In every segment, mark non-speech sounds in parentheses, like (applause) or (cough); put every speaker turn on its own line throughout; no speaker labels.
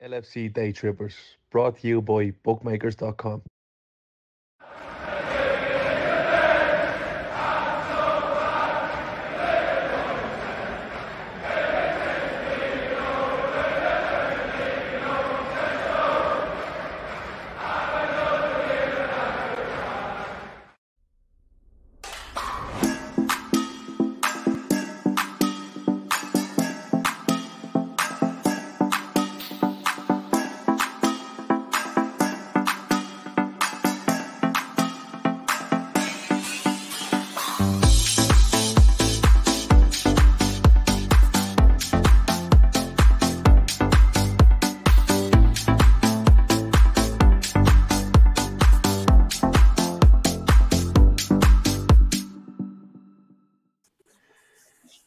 LFC Day Trippers, brought to you by bookmakers.com.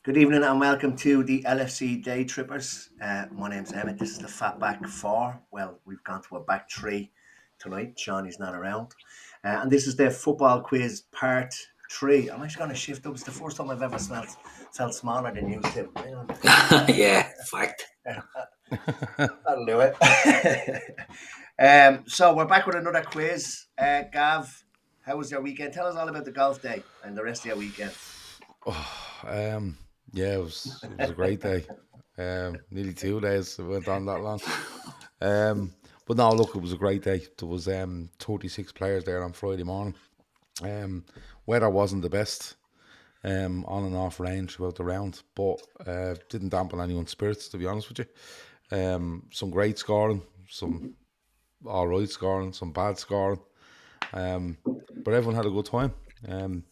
Good evening and welcome to the LFC Day Trippers. Uh, my name's Emmett. This is the Fat Back Four. Well, we've gone to a back three tonight. Johnny's not around. Uh, and this is the football quiz part three. I'm actually going to shift up. It's the first time I've ever smelled, felt smaller than you (laughs) two. Hang on.
yeah, fact.
(laughs) That'll do it. (laughs) um, so we're back with another quiz. Uh, Gav, how was your weekend? Tell us all about the golf day and the rest of your weekend.
Um, yeah, it was, it was a great day. Um, nearly two days it went on that long. Um, but no, look, it was a great day. There was um 36 players there on Friday morning. Um, weather wasn't the best. Um, on and off rain throughout the round, but uh, didn't dampen anyone's spirits to be honest with you. Um, some great scoring, some all right scoring, some bad scoring. Um, but everyone had a good time. Um,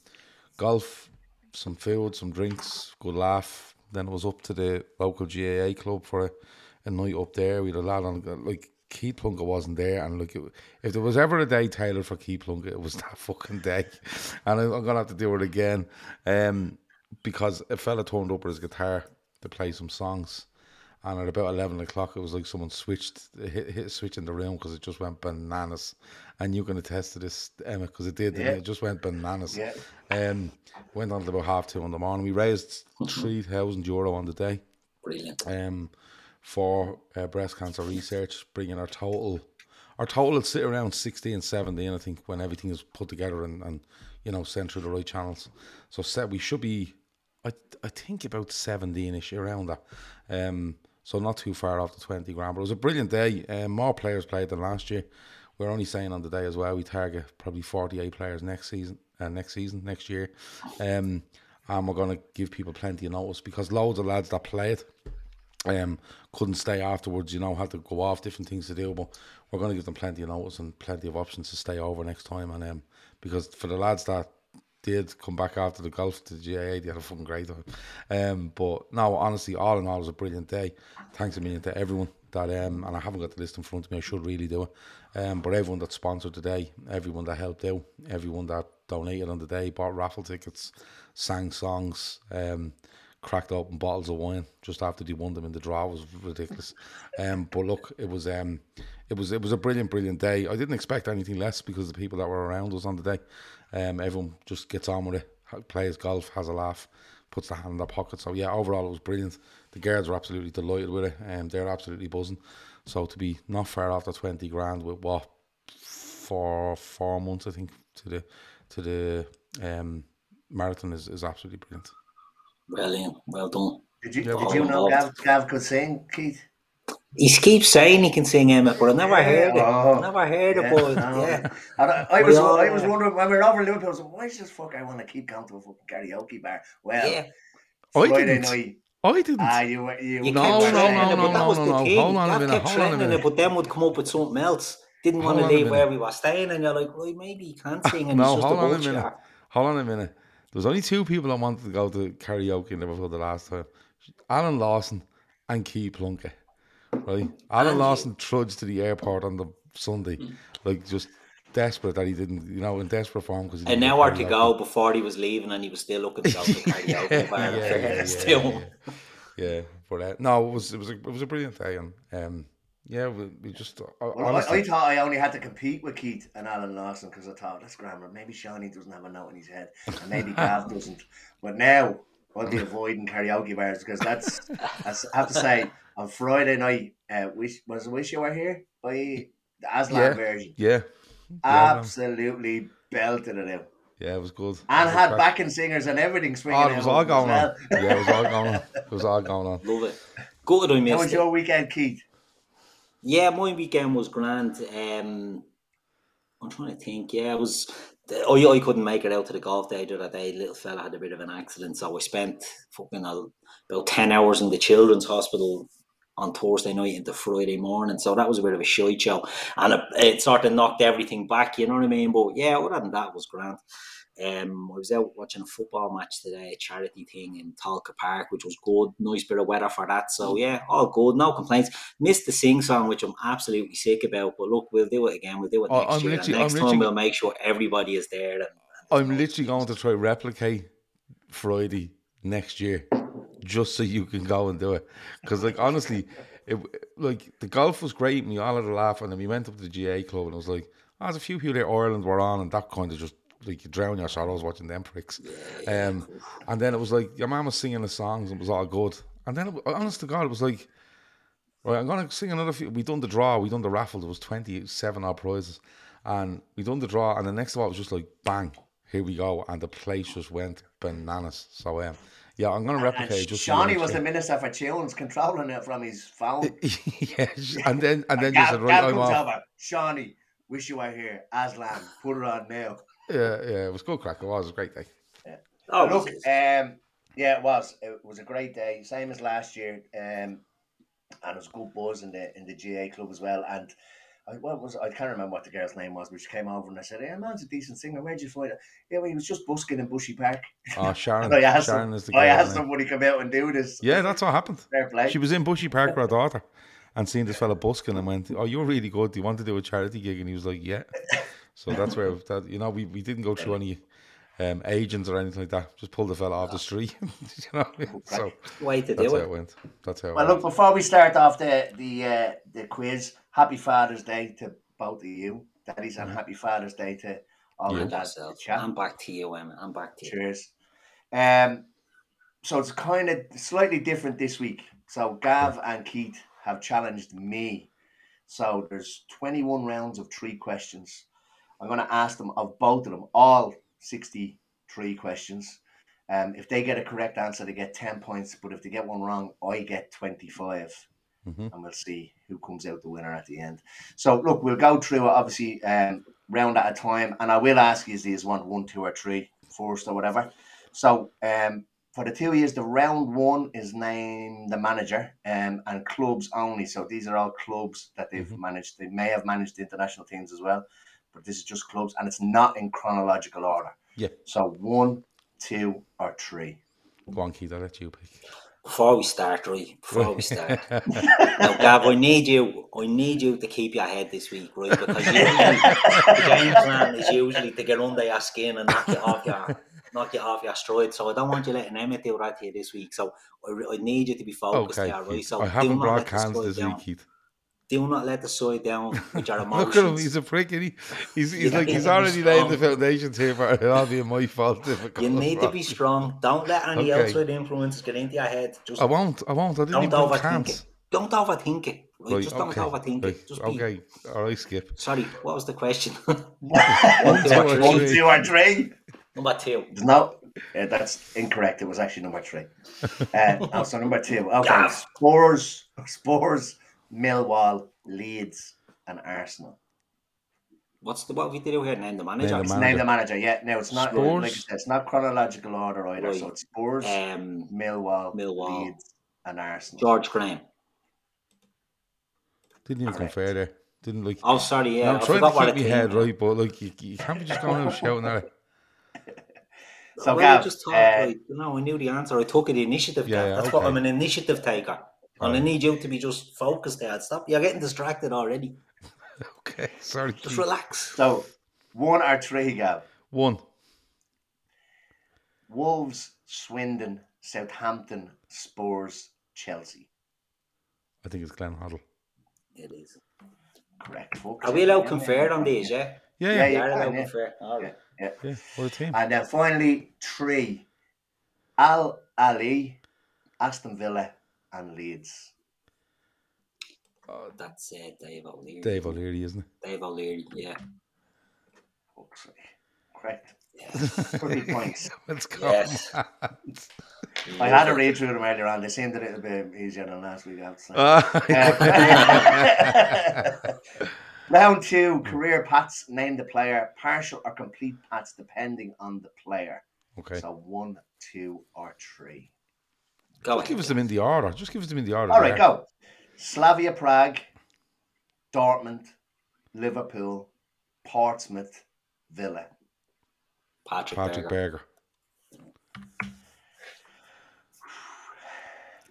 golf some food, some drinks, good laugh. Then it was up to the local GAA club for a, a night up there. We had a lad on, like, Keith Plunkett wasn't there. And, like, it, if there was ever a day tailored for Keith Plunkett, it was that (laughs) fucking day. And I, I'm going to have to do it again um, because a fella turned up with his guitar to play some songs. And at about 11 o'clock, it was like someone switched, hit, hit a switch in the room because it just went bananas. And you can attest to this, Emma, because it did. didn't
Yeah.
It It just went bananas.
Yeah.
Um, went on to about half two in the morning. We raised
Mm-hmm.
three thousand euro on the day
Brilliant.
um, for uh, breast cancer research, bringing our total. Our total will sit around 60 and 70, and I think when everything is put together and, and you know sent through the right channels, so set we should be, I I think about 17ish around that, um, so not too far off the 20 grand. But it was a brilliant day. Um, more players played than last year. We're only saying on the day as well. We target probably 48 players next season, uh, next season, next year, um, and we're going to give people plenty of notice because loads of lads that played um, couldn't stay afterwards, you know, had to go off, different things to do. But we're going to give them plenty of notice and plenty of options to stay over next time. And um, because for the lads that did come back after the golf to the GAA, they had a fucking great time. Um, but no, honestly, all in all, it was a brilliant day. Thanks a million to everyone that, um, and I haven't got the list in front of me, I should really do it. Um, but everyone that sponsored today, everyone that helped out, everyone that donated on the day, bought raffle tickets, sang songs, um, cracked open bottles of wine just after they won them in the draw. It was ridiculous. Um, but look, it was um, it was it was a brilliant, brilliant day. I didn't expect anything less because the people that were around us on the day, um, everyone just gets on with it, ha- plays golf, has a laugh, puts the hand in their pocket. So yeah, overall it was brilliant. The guards were absolutely delighted with it, and they're absolutely buzzing. So to be not far after twenty grand with what for four months, I think, to the to the um, marathon is, is absolutely brilliant.
Well, Liam, well done.
Did you,
Yeah,
did
well,
you know Gav,
involved.
Gav could sing, Keith?
He keeps saying he can sing Emmett, but I never heard it.
Oh.
I never heard
Yeah,
about it.
no.
Yeah.
And I, I was,
Yeah.
I was wondering when we were over in Liverpool. I was like, why is this fuck? I want to keep going to a fucking karaoke bar. Well,
yeah.
I
Friday
didn't.
night.
I didn't.
Ah, you, were- you,
You
you
No,
kept
no,
training
no,
it, but
no,
that was
no,
the
no.
key.
Hold on a
Gav
minute,
kept
hold on a
training
minute.
it, but then would come up with something else. Didn't want to
Hold on a
leave where
minute.
we were staying, and you're like, well, maybe he can sing. And
no,
it's just
hold
a
on a
bullshit.
minute. Hold on a minute. There was only two people I wanted to go to karaoke in Liverpool the last time. Alan Lawson and Key Plunkett. Right? Alan Lawson trudged to the airport on the Sunday, like just desperate that he didn't, you know, in desperate form because
An hour to go before he was leaving, and he was still looking so (laughs)
(laughs)
karaoke bar.
yeah, yeah,
(laughs) still.
yeah, yeah. yeah, but uh, no, it was it was a, it was a brilliant day, and um, yeah, we, we just uh,
Well, I, I
honestly,
thought I only had to compete with Keith and Alan Larson because I thought that's grammar. Maybe Shawnee doesn't have a note in his head, and
(laughs)
maybe Gav doesn't. But now I'll be avoiding karaoke bars because that's. that's- I have to say, on Friday night, uh, wish was it wish you were here by the Aslan
Yeah.
version.
yeah, Yeah, man.
Absolutely belted it out
yeah, it was good. It
and
was
had
crack.
backing singers and everything swinging.
Oh, it was
out
all
as
going on.
well.
Yeah, it was all going on.
(laughs)
It was all going on.
Love it. Good,
(laughs)
I
How
missed
was
it.
your weekend, Keith?
Yeah, my weekend was grand. Um, I'm trying to think. Yeah, it was. Oh, yeah, I couldn't make it out to the golf day the other day. Little fella had a bit of an accident, so I spent fucking uh, about ten hours in the children's hospital on Thursday night into Friday morning. So that was a bit of a shit show, and it, it sort of knocked everything back. You know what I mean? But yeah, other than that, it was grand. Um, I was out watching a football match today, a charity thing in Talca Park, which was good. Nice bit of weather for that. So yeah, all good. No complaints. Missed the sing song, which I'm absolutely sick about. But look, we'll do it again. We'll do it
I-
next
Oh, I'm
year. and
literally- I'm
next
literally-
time we'll make sure everybody is there. And,
I'm literally going to try replicate Friday next year, just so you can go and do it. Because like honestly, it like the golf was great, and we all had a laugh, and then we went up to the GA club, and I was like, oh, there's a few people there Ireland were on, and that kind of just like you drown your sorrows watching them pricks. Um, and then it was like your mum was singing the songs, and it was all good. And then, it, wa- honest to God, it was like. Right, I'm gonna sing another few. We done the draw, we done the raffle. There was twenty seven odd prizes, and we done the draw. And the next of all was just like bang, here we go, and the place just went bananas. So um, yeah, I'm gonna
And
replicate. just for the
Shawnee
next
was the
year.
minister for tunes, controlling it from his phone.
yes, and then (laughs) and then you
Gav,
said right,
Gav
I'm
comes
off.
over. Shawnee, wish you were here. Aslan, put it on now.
Yeah, yeah, it was good crack. It was a great day.
oh,
Look, um, yeah, it was. It was a great day, same as last year. Um, and it was good buzz in the in the GA club as well. And I, what was I can't remember what the girl's name was, but she came over and I said, "Hey, man's a decent singer. Where'd you find it?" Yeah, well, he was just busking in Bushy Park.
Oh, Sharon,
And I asked
Sharon
him,
is the
I
girl's
asked
name.
him, would he come out and do this?
Yeah, that's what happened.
Fair play.
She was in Bushy Park with her daughter, and seen this fella busking and went, "Oh, you're really good. Do you want to do a charity gig?" And he was like, "Yeah." So that's where that you know we, we didn't go through any um, agents or anything like that. Just pulled the fella off the street, (laughs) you know. what I mean? So
way to do
that's how it
it.
went. That's how. It
Well,
went.
look, before we start off the the uh, the quiz, Happy Father's Day to both of you, daddies,
Mm-hmm.
and Happy Father's Day to all the
And
dads. in the
yourself.
chat.
I'm back to you, Emma. I'm back to you.
Cheers. Um, so it's kind of slightly different this week. So Gav and Keith have challenged me. So there's 21 rounds of three questions. I'm going to ask them of both of them all 63 questions. Um, if they get a correct answer, they get 10 points. But if they get one wrong, I get 25
Mhm.
and we'll see who comes out the winner at the end. So look, we'll go through it obviously um, round at a time, and I will ask you these one, one, two, or three first or whatever. So um, for the two years, the round one is name the manager um, and clubs only. So these are all clubs that they've
Mm-hmm.
managed. They may have managed the international teams as well, but this is just clubs, and it's not in chronological order.
Yeah.
So one, two, or three.
Mm-hmm. Go on, Keith. I'll let you pick.
Before we start, right? Before
(laughs)
we start. Now, Gav, I need you. I need you to keep your head this week, right?
(laughs)
Because usually the game plan is usually to get under your skin and knock you off your knock you off your stride. So I don't want you letting Emmett do that here this week. So I, re- I need you to be focused
Okay,
there, right?
Keith.
So
I
do
haven't
not let
brought
the
cans
side
this
down.
week, Keith.
Do not let the side down with
(laughs)
your
Look at him,
emotions.
he's a prick, and he, he's, he's
Yeah,
like he's
yeah,
already
he's
laying the
strong.
foundations here for it'll all be my fault if it (laughs)
you
goes
need to
wrong.
be strong. Don't let any
Okay.
outside influences get into your head. Just
I won't. I won't. I didn't
don't
even bring
overthink
cans.
it. Don't overthink it. Right?
Right,
Just don't
okay,
overthink
right,
it. Just be
okay. All right, skip.
sorry, what was the question? (laughs)
One, two,
(laughs)
or
One,
three.
two, or three.
Number two.
No, uh, that's incorrect. It was actually number
(laughs)
three. Uh, oh, so number two. Okay, Spurs, Spurs, Millwall, Leeds, and Arsenal.
What's the what we did here? Name the manager.
Name the
Name the manager. Yeah, no, it's not.
Spurs?
Like I said, it's not chronological order either. So
Right.
it's Spurs,
um,
Millwall,
Millwall.
Leeds, and Arsenal.
George Graham.
Didn't even
Correct.
compare there. Didn't like.
Oh, sorry, yeah.
I'm
I
trying
forgot
to
what I
keep my
think.
head right, but like you, you can't be just going out shouting at it. (laughs)
So,
Well, I
Gav,
just thought,
uh,
like, you know, I knew the answer. I took the initiative.
Yeah,
Yeah,
yeah,
That's what
okay.
I'm an initiative taker. And I
Right.
need you to be just focused there. Stop. You're getting distracted already.
Okay, sorry.
Just
Keith.
relax.
so one or three, Gav.
One.
Wolves, Swindon, Southampton, Spurs, Chelsea.
I think it's Glenn Hoddle.
It is.
Correct. folks.
Are we allowed confer on these, yeah?
Yeah,
Yeah,
yeah,
We
yeah.
are allowed
yeah.
confer. All right.
Yeah.
yeah. What a team.
And then finally, three Al Ali, Aston Villa, and Leeds.
Oh, that's uh, Dave O'Leary.
Dave O'Leary, isn't
Dave O'Leary, yeah.
Fuck's sake. Correct.
(laughs)
30 points.
it? Let's go. (laughs)
Yes.
I had a read through them earlier on. They seemed a little bit easier than last week. I have to say.
Oh.
Uh, (laughs) Round two career pats, name the player, partial or complete pats depending on the player.
(laughs)
(laughs)
okay.
So one, two, or three.
Go
Just give
ahead.
us them in the order. Just give us them in the order.
All right,
there.
go. Slavia Prague, Dortmund, Liverpool, Portsmouth, Villa.
Patrick,
Patrick
Berger.
Berger.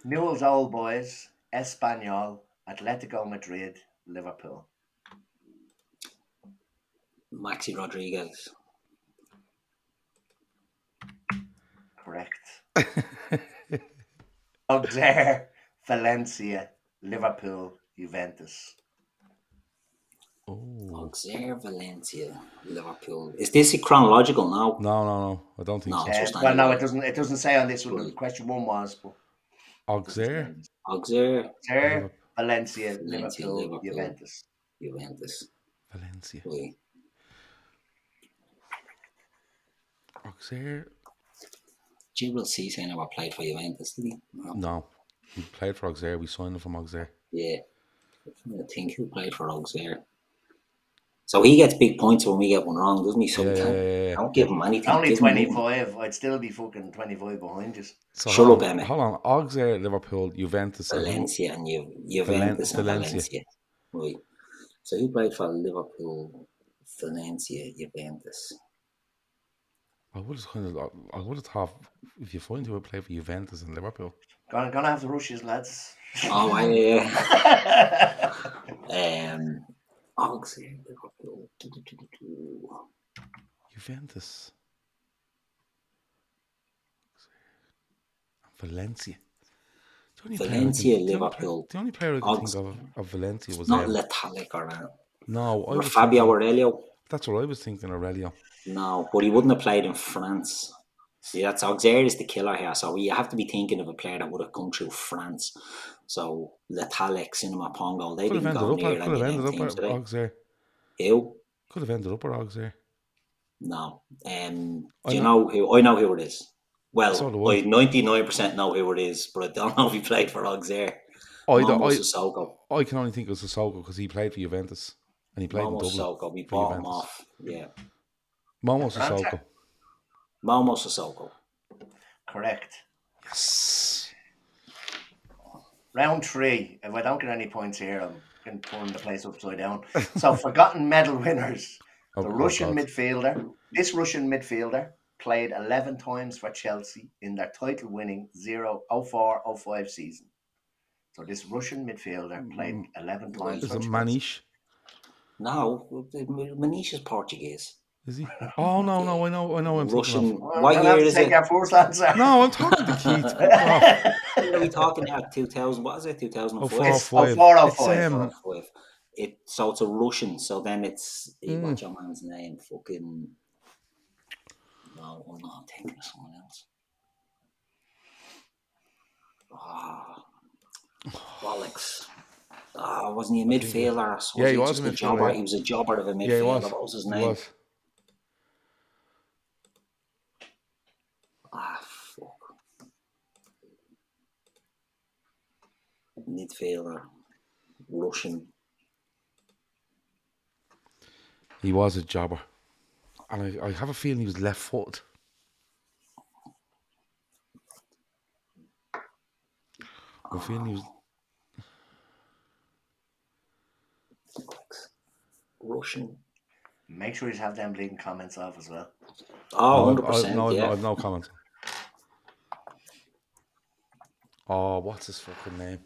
Newell's Old Boys, Espanyol, Atletico Madrid, Liverpool.
Maxi Rodriguez.
Correct. Auxerre, Valencia, Liverpool, Juventus.
Oh.
Auxerre, Valencia, Liverpool. Is this chronological now?
No, no, no. I don't think
No.
so.
Uh,
just
well, no,
anyway.
it doesn't. It doesn't say on this one. The question one was but
Auxerre.
Auxerre,
Auxerre, Valencia,
Valencia,
Liverpool,
Liverpool.
Juventus.
Juventus.
Valencia.
Right.
Auxerre.
Jibril Cisse never played for Juventus, did he? No.
No. He played for Auxerre. We signed him from Auxerre.
Yeah. I think he played for Auxerre. So he gets big points when we get one wrong, doesn't he?
Yeah, yeah,
Sometimes.
yeah, yeah.
Don't give him anything.
Only
give him one.
twenty-five. I'd still be fucking twenty-five behind you.
So
Shut
hold
up,
on,
Emmett.
Hold on. Auxerre, Liverpool, Juventus. and who-
Valencia and Ju- Juventus and
Valencia.
Valencia. Right. So he played for Liverpool, Valencia, Juventus.
I would have kind of, I would have thought if you find who would play for Juventus and Liverpool.
Gonna, gonna have to rush his
(laughs)
lads.
Oh, I, (laughs) yeah. um, Auxerre, Liverpool. Do, do, do, do, do.
Juventus. Valencia. The only player I can-
Valencia,
the only player-
Liverpool.
The only player I could think
Augs-
of, of Valencia was
Not
um,
Letalic or that.
no, I
Or
was
Fabio
thinking-
Aurelio.
that's what I was thinking. Oh, Aurelio.
No, but he wouldn't have played in France. See, that's Auxerre is the killer here. So you have to be thinking of a player that would have come through France. So Letalic, Cinema Pongo, they
Could have
didn't
ended
go
up.
near
At, could
any
have
of
ended
them
up
teams,
at
did they?
Auxerre.
Who?
Could have ended up at Auxerre.
No. Um,
I
do you
know-
know who? I know who it is. Well,
So do I.
I ninety nine percent know who it is, but I don't (laughs) know if he played for Auxerre.
I, don't-
Momo
I,
Sissoko.
I can only think it was Sissoko because he played for Juventus and he played
Momo
in Dublin.
Sissoko. We
for
bought him
Juventus.
off. Yeah,
Momo
Contact.
Sissoko.
Momo Sissoko.
Correct.
Yes.
Round three. If I don't get any points here, I'm going to turn the place upside
(laughs)
down. So, forgotten medal winners.
Oh,
The
oh,
Russian
God.
midfielder. This Russian midfielder played 11 times for Chelsea in their title winning 0 04 05 season. So, this Russian midfielder played 11 times
Hmm. Is
for
it
Chelsea.
Manish?
No, Manish is Portuguese.
Is he? Oh no, no, I know, I know. I'm thinking
Russian.
of.
what year is it?
Take our first answer.
No, I'm talking
(laughs)
to Keith. Fuck off.
What are we talking about? 2000. What is it?
Oh,
2004.
four,
It's-
five.
oh, four, oh,
It's,
five,
um,
with. It so it's a Russian. So then it's eh, what's your man's name? Fucking no, oh no, I'm thinking of someone else. Ah, bollocks. Ah, wasn't he a midfielder? Or something?
Yeah, he was a
just
midfielder,
jobber.
yeah.
He was a jobber of a midfielder.
yeah, he was.
What was his
He
name?
was.
Ah, fuck. Midfielder, Russian.
He was a jobber, and I, I have a feeling he was left footed. I'm feeling he was.
Bollocks. Russian.
Make sure you have them bleeding comments off as well.
Oh,
No,
100
I,
percent.
no,
yeah.
no, I've no comment. Oh, what's his fucking name?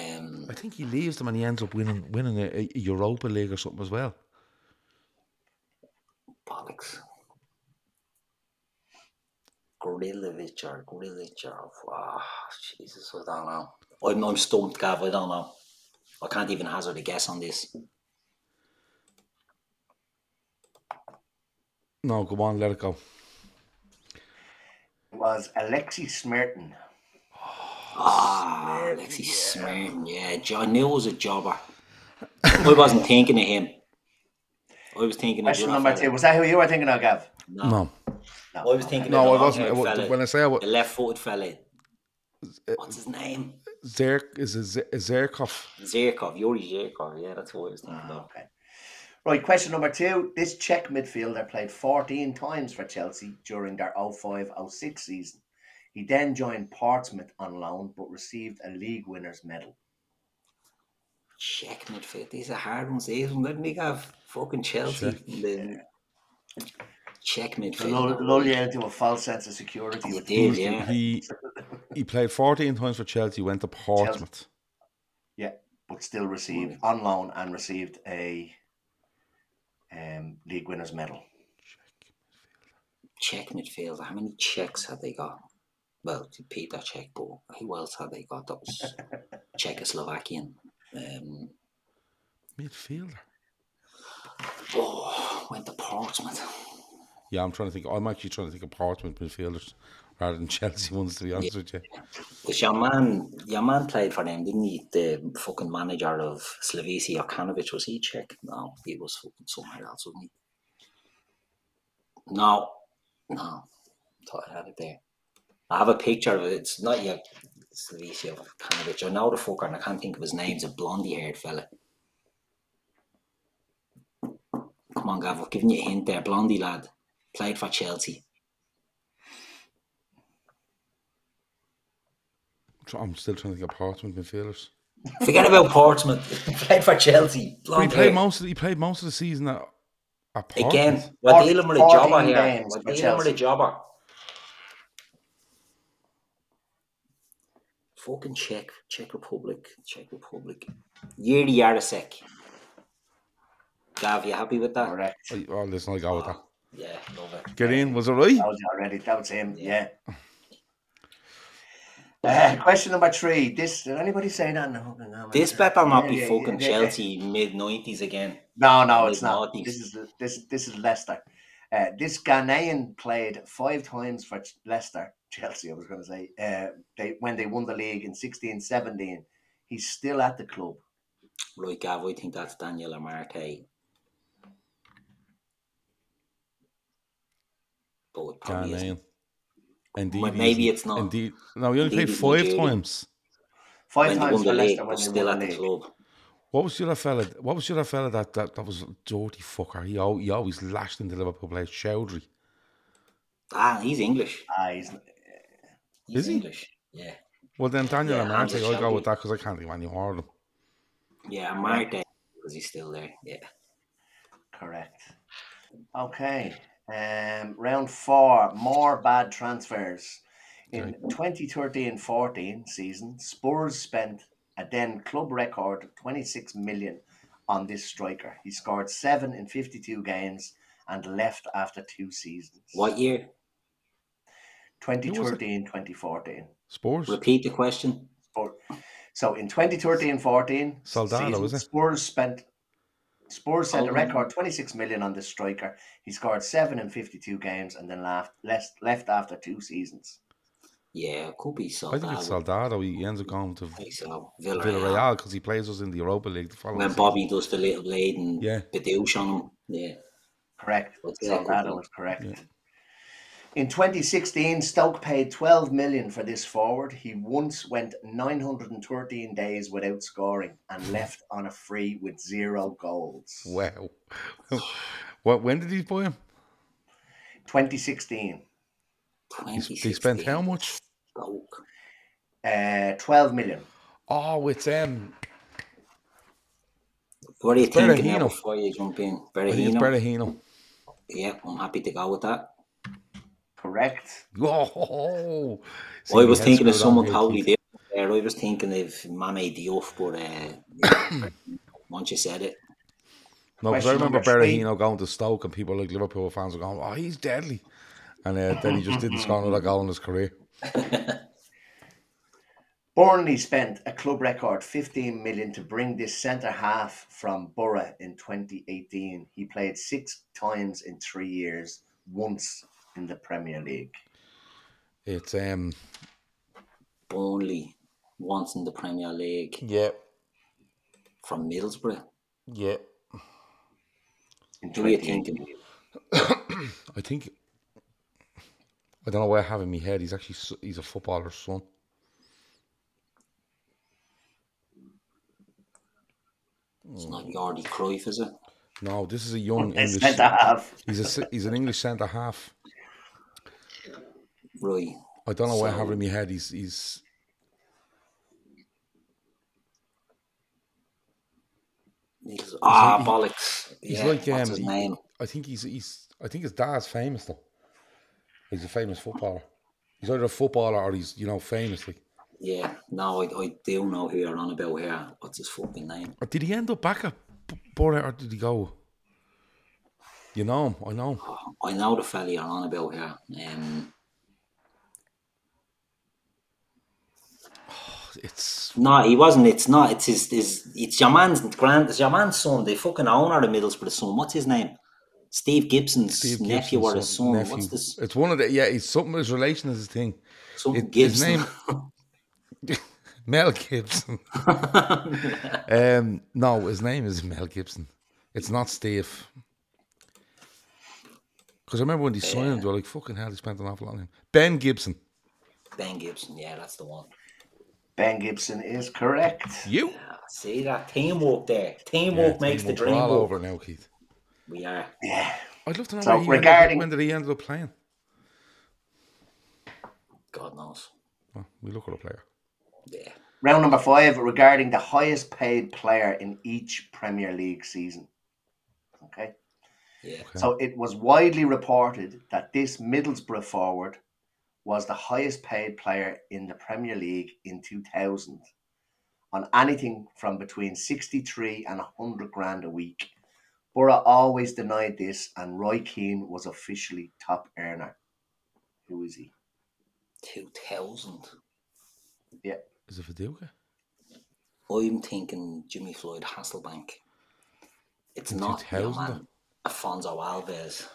Um,
I think he leaves them and he ends up winning winning a, a Europa League or something as well.
bollocks. Grillovich or Grillich or wow, Ah, Jesus, I don't know. I'm, I'm stumped, Gav. I don't know. I can't even hazard a guess on this.
No, go on, let it go.
It was Alexei Smerton.
Ah, Alexi Smirn, yeah. Jo- I knew it was a jobber. I wasn't thinking of him. I was thinking of
Question
the other
number
fella.
two. Was that who you were thinking of, Gav?
No.
No,
I was thinking of
no, I
the
wasn't. I
long-haired
wa-
fella,
when I say I
the
was,
left-footed fella. What's his name?
Zerk is a, Z- a Zerkov.
Zirkov, Yuri Zirkov. Yeah, that's what I was thinking of.
Okay. Right, question number two. This Czech midfielder played 14 times for Chelsea during their 05 06 season. He then joined Portsmouth on loan but received a league winner's medal.
Check midfield. These are hard ones. These ones. Let me have fucking Chelsea. Then check
To
midfield.
lull, lull you into a false sense of security.
You
With
did, yeah.
He he played 14 times for Chelsea, went to Portsmouth.
yeah, but still received on loan and received a um, league winner's medal.
Check midfielder. How many checks had they got? Well, Peter Czech, but who else had they got? That was Czechoslovakian. Um,
Midfielder.
oh, went to Portsmouth.
Yeah, I'm trying to think. I'm actually trying to think of Portsmouth midfielders rather than (laughs) Chelsea ones, to be honest with you.
Because your man, your man played for them, didn't he? The fucking manager of Slavisi Jokanovic, was he Czech? No, he was fucking somewhere else, wasn't he? No, no. Thought I had it there. I have a picture of it. It's not yet Slavisi Jokanovic. I know the fucker, and I can't think of his name. It's a blondie-haired fella. Come on, Gav, I've given you a hint there. Blondie lad. Played for Chelsea.
Tr- I'm still trying to think of Portsmouth midfielders.
Forget about Portsmouth. (laughs) played for Chelsea.
But he
Blonde
played
hair.
most of the, he played most of the season at, at Portsmouth.
Again, we're dealing with a jobber
14
here.
games
We're
for
dealing with a
Chelsea.
jobber. Fucking Czech, Czech Republic, Czech Republic. Yuri Yarasek. Gav, you happy with
Uh,
that?
Correct.
I- Oh, listen, I'll go with that.
Yeah, love it.
Get in, was it right?
That was already. That was him. Yeah. Uh, question number three. This did anybody say that? No, no, no,
This
no.
better not
Yeah,
be
yeah,
fucking
yeah, yeah.
Chelsea mid 90s again.
No, no,
Mid
it's not.
90s.
This is this this is Leicester. Uh, this Ghanaian played five times for Ch- Leicester, Chelsea. I was going to say uh, they when they won the league in 16-17. He's still at the club.
Right, Gav, I think that's Daniel Amarte. But it probably isn't.
Ghanaian. Indeed,
Well,
he
maybe
isn't.
it's not.
Indeed, no, he only
Indeed,
played
he's
five
Nigerian.
times.
Five
When they
times
won
for
the league,
Leicester
but
when they
still
won
at
the
the
league.
club.
What was the other fella? What was the other fella that that, that was a dirty fucker? He, al- he always lashed into Liverpool players. Chowdhury.
Ah, he's English.
Ah, he's,
He's
Is he?
English. Yeah.
Well, then Daniel
Yeah,
Amante,
Andrew
I'll go with
Chowdhury.
that because I can't think of any more of them.
Yeah, Mark because he's still there. Yeah.
correct. Okay. Um, round four. More bad transfers. In 2013-14 season, Spurs spent a then club record 26 million on this striker. He scored seven in 52 games and left after two seasons.
What year?
2013 2014.
Spurs.
Repeat the question.
But so in 2013 14,
Soldado,
season,
is it?
Spurs spent Spurs set a record 26 million on this striker. He scored seven in 52 games and then left, left, left after two seasons.
Yeah, it could be Soldado.
I think it's Soldado. He ends up going to
I think so. Villarreal.
Villarreal because he plays us in the Europa League the following
When
season.
Bobby does the little blade and
Yeah.
Badouche on him. Yeah.
Correct.
Okay,
Soldado
good.
was correct. In 2016, Stoke paid 12 million for this forward. He once went 913 days without scoring and left on a free with zero goals.
Wow. (laughs) what? When did he buy him?
2016,
He, sp- he spent how
2016.
much?
Stoke.
uh, 12 million.
Oh, it's um,
What do you think
Berahino.
now before you jump in?
I think
Berahino.
it's Berahino.
Yeah, I'm happy to go with that.
Correct.
(laughs) Oh, see,
I
we
was
had
thinking of
screwed
someone
on here,
totally
Keith.
different there. I was thinking of Mane Diouf, but uh,
(coughs)
once you said it,
No, because I
Question
remember
number three.
Berahino going to Stoke and people like Liverpool fans were going, "Oh, he's deadly," and uh, then he just didn't score another goal in his career.
Burnley spent a club record 15 million to bring this centre half from Borough in 2018. He played six times in three years, once in the Premier League.
It's um,
Burnley once in the Premier League
yeah,
from Middlesbrough.
yeah.
In
Who are you thinking?
2018.
I think I don't know where I have in my head. He's actually s- he's a footballer's son.
It's not
Mm.
Jordi Cruyff, is it?
No, this is a young
A
English.
centre half.
He's a s- he's an English centre half.
Right.
I don't know where I have
So-
it in my head. He's he's
He's- Ah, bollocks.
he's
yeah,
like um,
what's his
he-
name?
I think he's he's I think his dad's famous though. He's a famous footballer. He's either a footballer or he's you know famous. Like,
Yeah, no, I, I do know who you're on about here. What's his fucking name?
Or did he end up back at B- Borough or did he go? Oh, You know him. I know. him.
I know the fella you're on about here. Um,
It's
No, he wasn't. It's not. It's his. his it's your man's grand. It's your man's son. They fucking owner of Middlesbrough son. What's his name? Steve Gibson's
Steve
nephew
Gibson's
or his son.
nephew.
What's this?
It's one of the yeah. It's something. His relation is his thing.
Some
It- his
Gibson. (laughs)
name (laughs) Mel Gibson. um, no, his name is Mel Gibson. It's not Steve. Because I remember when they signed him, they were like, "Fucking hell, he spent an awful lot on him." Ben Gibson.
ben Gibson. Yeah, that's the one.
Ben Gibson is correct.
You.
See that teamwork there. Teamwork makes the
We're
dream
all
work.
over it now, Keith.
We are.
I'd love to know
So
where he ended up-
regarding-
when did he end up playing.
God knows.
Well, we look at a player.
Yeah.
Round number five regarding the highest paid player in each Premier League season. Okay.
Yeah.
So it was widely reported that this Middlesbrough forward was the highest paid player in the Premier League in 2000 on anything from between 63 and 100 grand a week. Borough always denied this, and Roy Keane was officially top earner. Who is he?
Two thousand.
Yeah.
Is it Viduka?
I'm thinking Jimmy Floyd Hasselbank. It's
In
not your
2000?
man. Afonso Alves.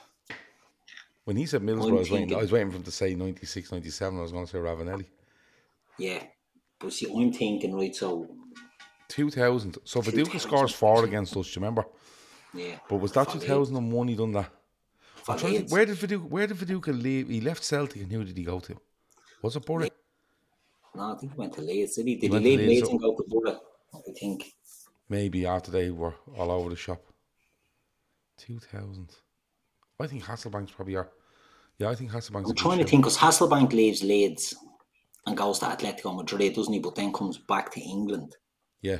When he said Middlesbrough, I was, waiting, I
thinking-
was waiting for him to say 96, 97. I was going to say Ravanelli.
Yeah. But see, I'm thinking right. So
2000. So Viduka
2000.
scores four against us, do you remember?
yeah.
But was that
Fuck it.
2001 he done that? I'm
Fuck
trying to
it.
think, where did Viduka, where did Viduka leave? He left Celtic and who did he go to? Was it Borough?
No, I think he went to Leeds. Did he? Did he,
went to
leave Leeds,
Leeds, oh. so-
and go to Borough? I think.
Maybe after they were all over the shop. 2000. I think Hasselbank's probably are. Yeah, I think Hasselbank's. a
I'm
good
trying to
shout.
think because Hasselbank leaves Leeds and goes to Atletico Madrid, doesn't he? But then comes back to England.
Yeah.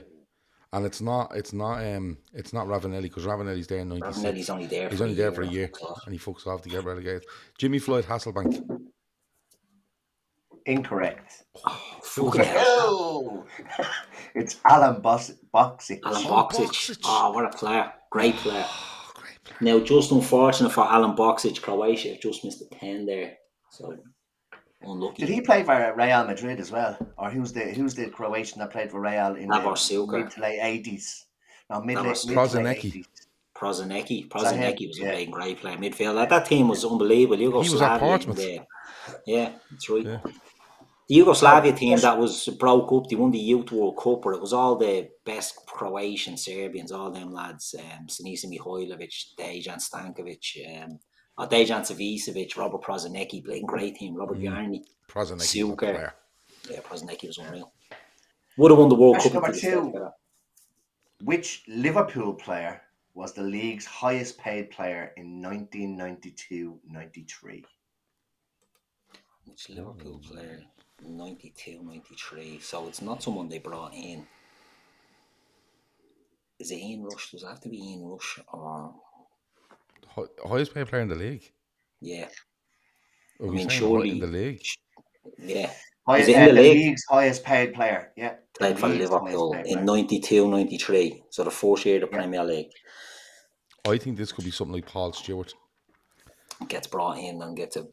And it's not, it's not, um, it's not Ravanelli because Ravanelli's there in 96.
And then he's only there.
He's
for
only
a
there for a
or
year
so.
and he fucks off to get relegated. Jimmy Floyd Hasselbank.
Incorrect.
Fucking hell.
Oh, It's Alan Bos- Boxic.
Alan
Oh,
Boxic.
Boxic.
Oh, what a player. Great player.
Oh, (sighs) great player.
Now, just unfortunate for Alan Boxic, Croatia have just missed the 10 there. So, unlucky.
Did he play for Real Madrid as well, or who's the who's the Croatian that played for Real in
Davor
the
Silker.
mid to late eighties? No, mid,
Davor
mid
Silker.
to late
Prozinecki.
eighties.
Prozinecki.
that him?
Prozinecki was a
Yeah.
playing great player midfield. That, that team was unbelievable. Yugoslavia.
was at
and,
Portsmouth.
uh, yeah, that's right.
Yeah.
The Yugoslavia team that was broke up, they won the Youth World Cup, where it was all the best Croatian, Serbians, all them lads, um, Sinisa Mihajlovic, Dejan Stankovic, um, oh, Dejan Savicevic, Robert Prozinecki, playing great team,
Mm.
Robert Bjarni.
Prozinecki's a
Silker.
good player.
Yeah, Prozinecki was unreal. Would have won the World
Question
Cup. if
number
he was
two.
better.
Which Liverpool player was the league's highest paid player in 1992-93?
Which Liverpool player? 92, 93. So it's not someone they brought in. Is it Ian Rush? Does it have to be Ian Rush or
Hi- Highest paid player in the league.
yeah.
Are
I
we
mean,
saying hi- in
surely-
the league.
Yeah.
Highest,
Is it in
uh,
the league?
league's highest paid player. Yeah, the
Played for
league's highest
Liverpool
paid player.
in 92, 93. So the fourth year of the
Yeah.
Premier League
I think this could be something like Paul Stewart.
gets brought in and gets a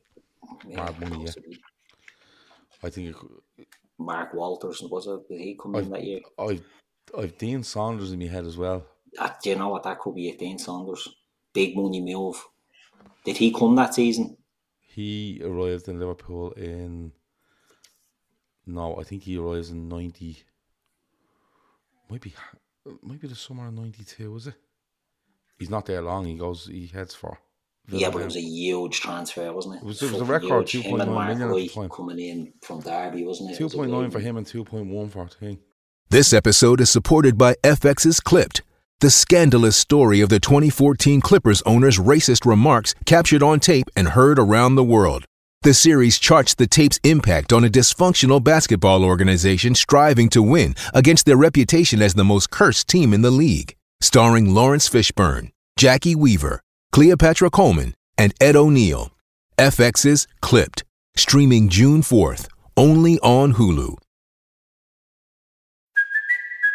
yeah,
Mad money, yeah.
possibly.
I think it, could-
Mark Walters was it? Did he come in that year?
I've I've Dean Saunders in my head as well.
That, Ah, do you know what? That could be it. Dean Saunders, big money move. Did he come that season?
He arrived in Liverpool in no, I think he arrives in ninety. Maybe maybe the summer of ninety two was it? He's not there long. He goes. He heads for.
Yeah, but it was a
Villarreal.
huge transfer, wasn't it?
It was- it was a
Fucking
record,
huge.
2.9
Him and Mark
million at the
Roy
time.
coming in from Derby, wasn't it? It
two
was a
point nine
big-
for him and two point one for Ting.
This episode is supported by FX's Clipped, the scandalous story of the 2014 Clippers owner's racist remarks captured on tape and heard around the world. The series charts the tape's impact on a dysfunctional basketball organization striving to win against their reputation as the most cursed team in the league. Starring Lawrence Fishburne, Jackie Weaver, Cleopatra Coleman, and Ed O'Neill. FX's Clipped, streaming June 4th, only on Hulu.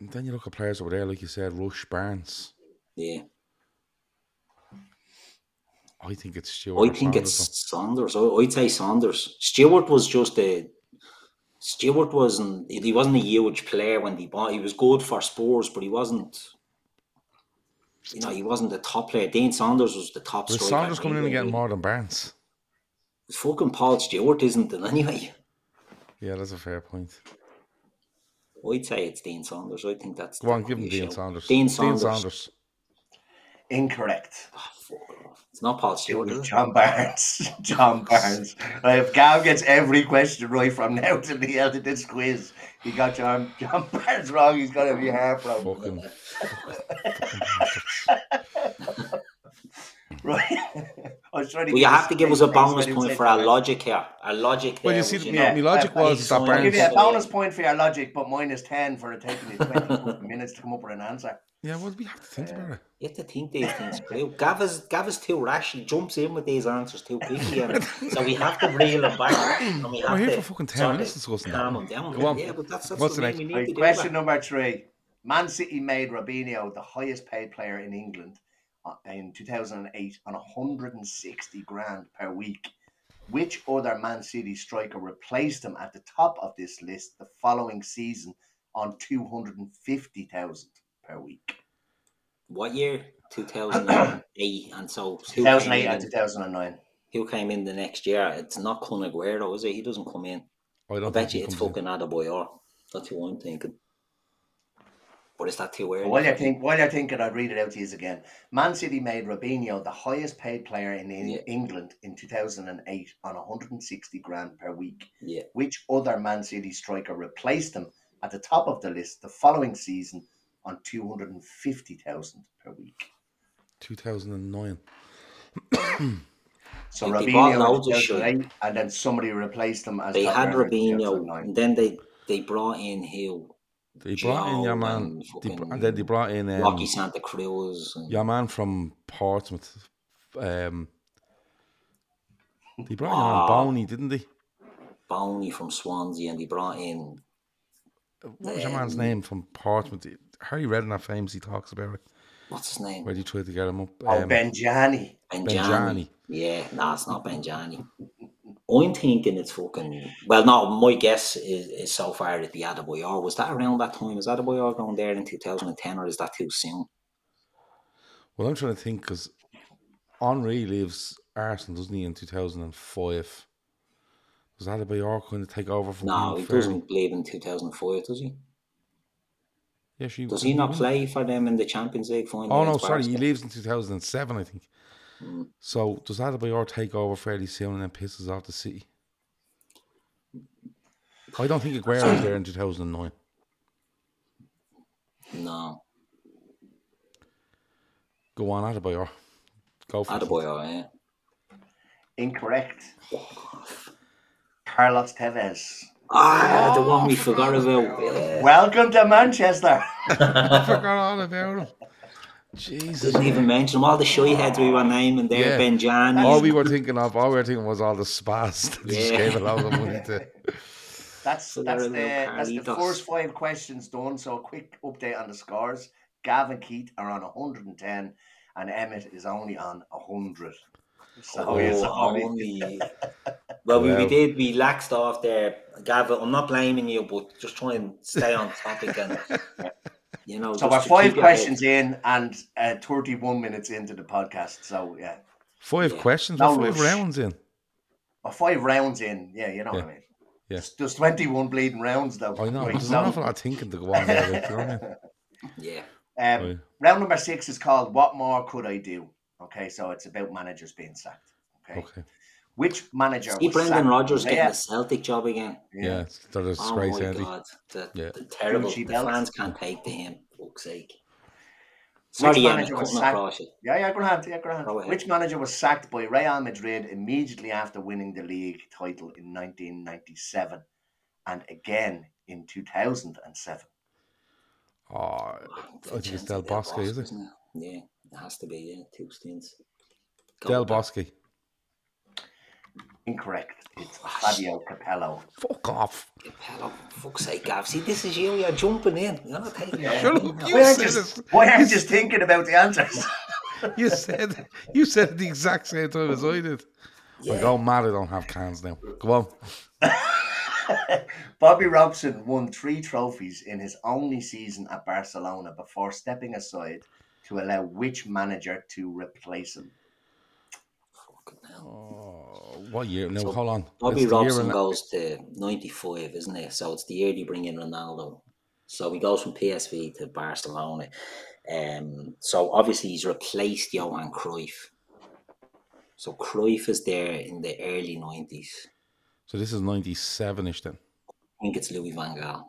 And then you look at players over there, like you said, Rush Barnes.
Yeah.
I think it's Stewart.
I
or
think
Saunders,
it's Saunders. I, I'd say Saunders. Stewart was just a Stewart wasn't he wasn't a huge player when he bought. He was good for Spurs, but he wasn't. You know, he wasn't the top player. Dean Saunders was the top.
though. Was
striker
Saunders coming in and
anyway.
getting more than Barnes?
Fucking Paul Stewart isn't it (laughs) anyway.
Yeah, that's a fair point.
I'd say it's Dean Saunders. I think that's
Go on,
the
give him
obvious
Dean
shout.
Saunders.
Dean Saunders.
Incorrect.
It's not Paul
It
Stewart.
was
is it?
John Barnes. (laughs) John Barnes. Uh, if Gav gets every question right from now to the end of this quiz, he got John, John Barnes wrong. He's going to be heartbroken.
Fucking.
(laughs) Right. I was trying to
Well, you
give
have to give us a
I was
bonus
trying to
point
say
for our
that.
logic here. Our logic.
Well,
there
you
was,
see, my,
know,
my
but-
logic
but
was that
he's
I'll give
Barnes.
you a
Barnes.
bonus point for your logic, but minus 10 for it taking you 20
(laughs)
minutes to come up with an answer.
Yeah, well, we have to think about it.
You have to think these things through. Gav is, Gav is too rash. He jumps in with these answers too quickly. and- so we have to reel him back. And we have
We're here
to
for fucking 10
sort of
minutes discussing that.
calm him down.
Go on.
Yeah, but that's, that's
What's
the
the
thing
next- um?
we need
Right,
to do.
question
that.
number three. Man City made Robinho the highest paid player in England uh, in 2008 on 160 grand per week. Which other Man City striker replaced him at the top of this list the following season on 250,000 per week?
What
(coughs)
year? 2008. and so who came
2008
in-
and 2009.
who came in the next year? It's not Kun Aguero, is it? He doesn't come in.
I
I
don't think
bet
he
you it's
comes in.
fucking Adebayor. That's what I'm thinking. But is that too early?
While you're, think, while you're thinking, I'd read it out to you again. Man City made Robinho the highest paid player in Eng-
Yeah.
England in 2008 on 160 grand per week.
Yeah.
Which other Man City striker replaced him at the top of the list the following season on 250,000 per week.
2009.
So
They- they bought
Robinho
loads of shit.
in 2008, and then somebody replaced him as
They
top
had
earner in 2009.
Robinho, Um, and then they they brought in Hill,
They brought in
Joe
your man.
and
They, br-
fucking
and then they brought in um,
Rocky Santa Cruz. And
your man from Portsmouth. Um, they brought
Ah.
in Boney, didn't they?
Boney from Swansea, and they brought in
What was your man's name from Portsmouth? Harry Redknapp famously talks about it.
what's his name?
Where he tried to get him up.
Oh,
Um,
Benjani.
Benjani.
Benjani.
Yeah, no, it's not Benjani. I'm thinking it's fucking. Well, no, my guess is, is so far it'd be Adebayor. Was that around that time? Is Adebayor going there in 2010 or is that too soon?
Well, I'm trying to think because Henri leaves Arsenal, doesn't he, in 2005? Was that a Bayor going to take over from
No,
Neil
he
Ferry?
doesn't leave in 2005, does he?
Yeah, she,
Does he not play for them in the Hmm. Champions League final?
Oh, no,
against
sorry. He
Barca?
leaves in 2007, I think. So, does that Bayor take over fairly soon and then pisses off the city? I don't think Aguero was there in 2009.
No,
Go on, Adebayor. Go for it.
Adebayor, yeah.
Incorrect. Carlos Tevez.
Ah,
Oh,
the one we forgot about. Yeah.
Welcome to Manchester. (laughs)
I forgot all about him. Jesus.
Didn't even mention him. All the shy heads we were naming there,
Yeah.
Benjani.
All we were thinking of, all we were thinking was all the spas that he just
Yeah.
gave a lot of money to.
That's
So
that's
they're
the
a little
that's the
Carlitos.
first five questions done. So a quick update on the scores. Gav and Keith are on 110, and Emmett is only on 100. So
Oh,
it's only (laughs)
only. Well, we, we
Well.
did. We laxed off there, Gavin. I'm not blaming you, but just try and stay on topic,
(laughs)
and you know.
so
just
we're
to
five
keep your head-
questions in and uh, 31 minutes into the podcast. So yeah,
Five
Yeah.
questions,
No
with five
rush.
rounds in.
or five rounds in. Yeah, you know what I mean.
Yeah.
There's- There's 21 bleeding rounds though.
I know,
Right,
there's
so,
an awful lot of thinking to go on there. Like, you know what I
(laughs)
mean?
Yeah,
um,
Aye.
round number six is called "What More Could I Do." Okay, so it's about managers being sacked. Okay,
Okay.
which manager?
see
was
Brendan
sacked
Rodgers getting
where?
the Celtic job again.
Yeah, it's- they're a
Oh
disgrace,
my
aren't they?
god, the,
Yeah.
the terrible.
Gucci
The
belt.
fans can't take to him. Fuck's sake.
Which
Sorry, Emmett,
manager was
cutting
sacked-
across you.
Yeah, yeah, Grant, yeah, Grant.
Go ahead.
Which manager was sacked by Real Madrid immediately after winning the league title in 1997 and again in 2007?
Oh, I think it's
Vincenzo
Del Bosque, is it?
isn't Yeah, it has to be. Yeah, two stints. Go
Del
with that.
Bosque.
Incorrect. It's Fabio Capello.
Fuck off.
Capello, fuck's sake, Gav. See, this is you. You're jumping in. You're not taking it.
Shut up, you
Why aren't
said
just,
it.
why aren't just thinking about the answers?
You said it. You said it the exact same time as I did. I go mad. I don't have cans now. Go on.
(laughs) Bobby Robson won three trophies in his only season at Barcelona before stepping aside to allow which manager to replace him?
Fucking hell.
Oh, what year? No, hold on.
Bobby
It's the year
Robson
in-
goes to 95, isn't it? So it's the year they bring in Ronaldo. So he goes from PSV to Barcelona. Um, so obviously he's replaced Johan Cruyff. So Cruyff is there in the early 90s.
So this is 97-ish then.
I think it's Louis Van Gaal.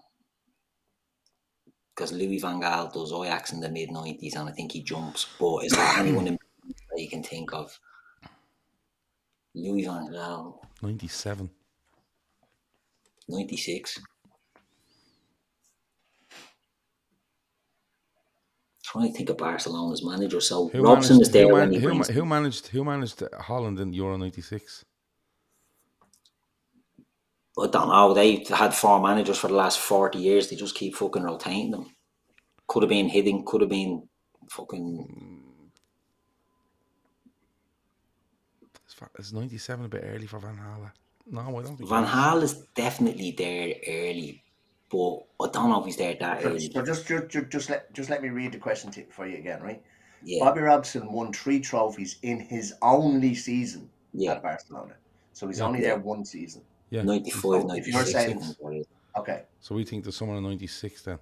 Because Louis Van Gaal does Ajax in the mid 90s and I think he jumps. But is
(clears throat)
there anyone in that you can think of? Louis Van Gaal,
97.
96. Trying to think of Barcelona's manager. So
Who
Robson
managed,
is there
who,
when
man,
he
who, ma-
brings.
who managed who managed Holland in Euro 96?
I don't know. They've had four managers for the last 40 years. They just keep fucking rotating them. Could have been Hiddink, could have been fucking.
Is fa- Is 97 a bit early for Van Halen? No, I don't think.
Van
it is.
Hal is definitely there early, but I don't know if he's there that early.
So just, just, just, just let just let me read the question to, for you again, right?
Yeah.
Bobby Robson won three trophies in his only season
Yeah.
at Barcelona. So he's
Yeah.
only
Yeah.
there one season.
Yeah.
95,
If you're
96.
saying-
I think it is.
Okay.
So we think there's someone in 96 then.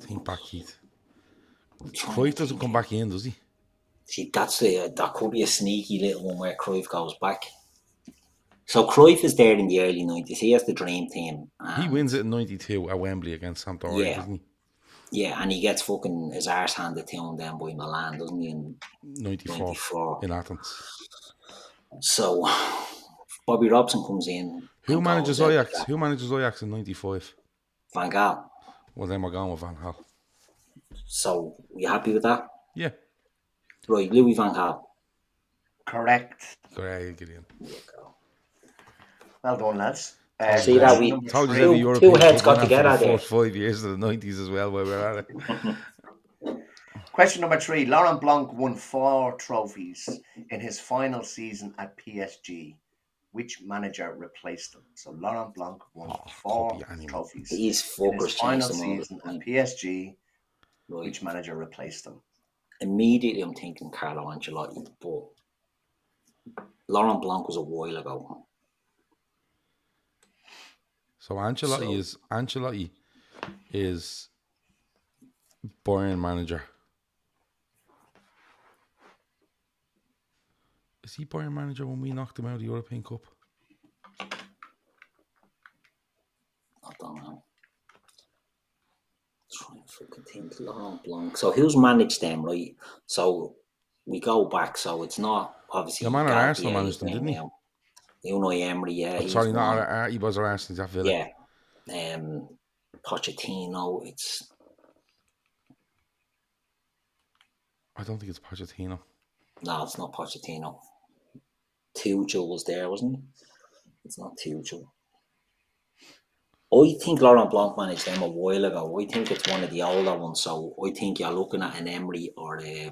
Think back, Keith.
I'm trying to
Cruyff doesn't
think.
come back in, does he?
See, that's a, that could be a sneaky little one where Cruyff goes back. So Cruyff is there in the early 90s. He has the dream team.
He
and-
wins it in 92 at Wembley against Sampdoria,
Ah. Yeah.
doesn't he?
Yeah, and he gets fucking his arse handed to him then by Milan, doesn't he? And
94,
94.
in Athens.
so Bobby Robson comes in.
Who
and
manages
goes,
Ajax? Who manages Ajax in 95?
Van Gaal.
Well, then we're going with Van Hal.
So you happy with that?
Yeah.
Right, Louis Van Gaal.
Correct.
Great, Gideon.
Well done, lads. Uh,
See that
question
we-
number
Told you
three.
every
Two-
European
two heads
was
got
winning for the
together there.
first five years of the 90s as well, while we're at it.
Question number three. Laurent Blanc won four trophies in his final season at PSG. Which manager replaced him? So Laurent Blanc won
Oh,
four
could be anyone.
trophies in
These
his
fuckers changed
final
them all. the
season at
time.
PSG.
Right.
Which manager replaced him?
Immediately I'm thinking Carlo Ancelotti, but Laurent Blanc was a while ago.
So Ancelotti
So-
is Ancelotti is Bayern manager. Is he Bayern manager when we knocked him out of the European Cup?
I don't know. Trying to fucking think, Laurent Blanc. So who's managed them, right? So we go back. So it's not obviously.
The man at
Galtier
Arsenal managed them,
thing
didn't he?
now. Unai Emery, yeah.
Oh,
he's
sorry, not
one.
our, our, he was our Arsenal. That Villa.
Yeah. Um, Pochettino. It's
I don't think it's Pochettino.
no, it's not Pochettino. Tuchel was there, wasn't he? It's not Tuchel. I think Laurent Blanc managed them a while ago. I think it's one of the older ones. So I think you're looking at an Emery or uh, a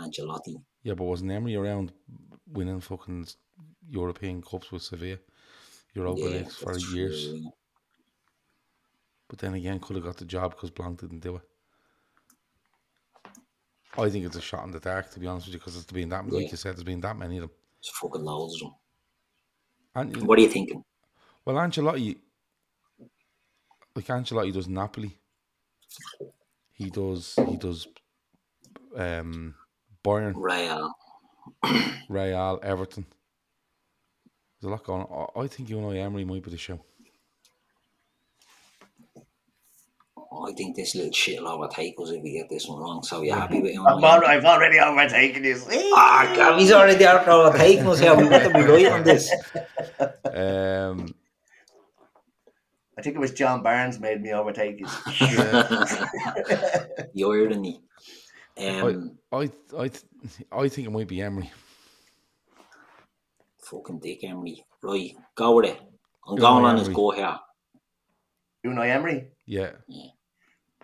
Angelotti.
Yeah, but wasn't Emery around winning fucking European Cups with Sevilla, Europa Leagues for
that's
years?
true.
But then again, could have got the job because Blanc didn't do it. I think it's a shot in the dark, to be honest with you, because it's been that, like
Yeah.
you said, there's been that many of them.
There's fucking loads of
And
them. What are you thinking?
well, Ancelotti, like Ancelotti does Napoli. He does. He does. Um, Bayern,
Real.
Real, Everton. There's a lot going. on. I I think you know Emery might be the
(laughs)
show.
I think this little shit will overtake us if we get this one wrong. So you're happy with him?
I've, al- I've already overtaken you. See?
Um, Ah, God, he's already out overtaking us here. We've got to be right on this.
Um,
I think it was John Barnes made me overtake you.
(laughs)
the irony. Um,
I, I, I think it might be Emery.
fucking Dick Emery. Right, go with it. I'm
Go
going
on,
on his
Emery.
go here.
Unai Emery?
Yeah.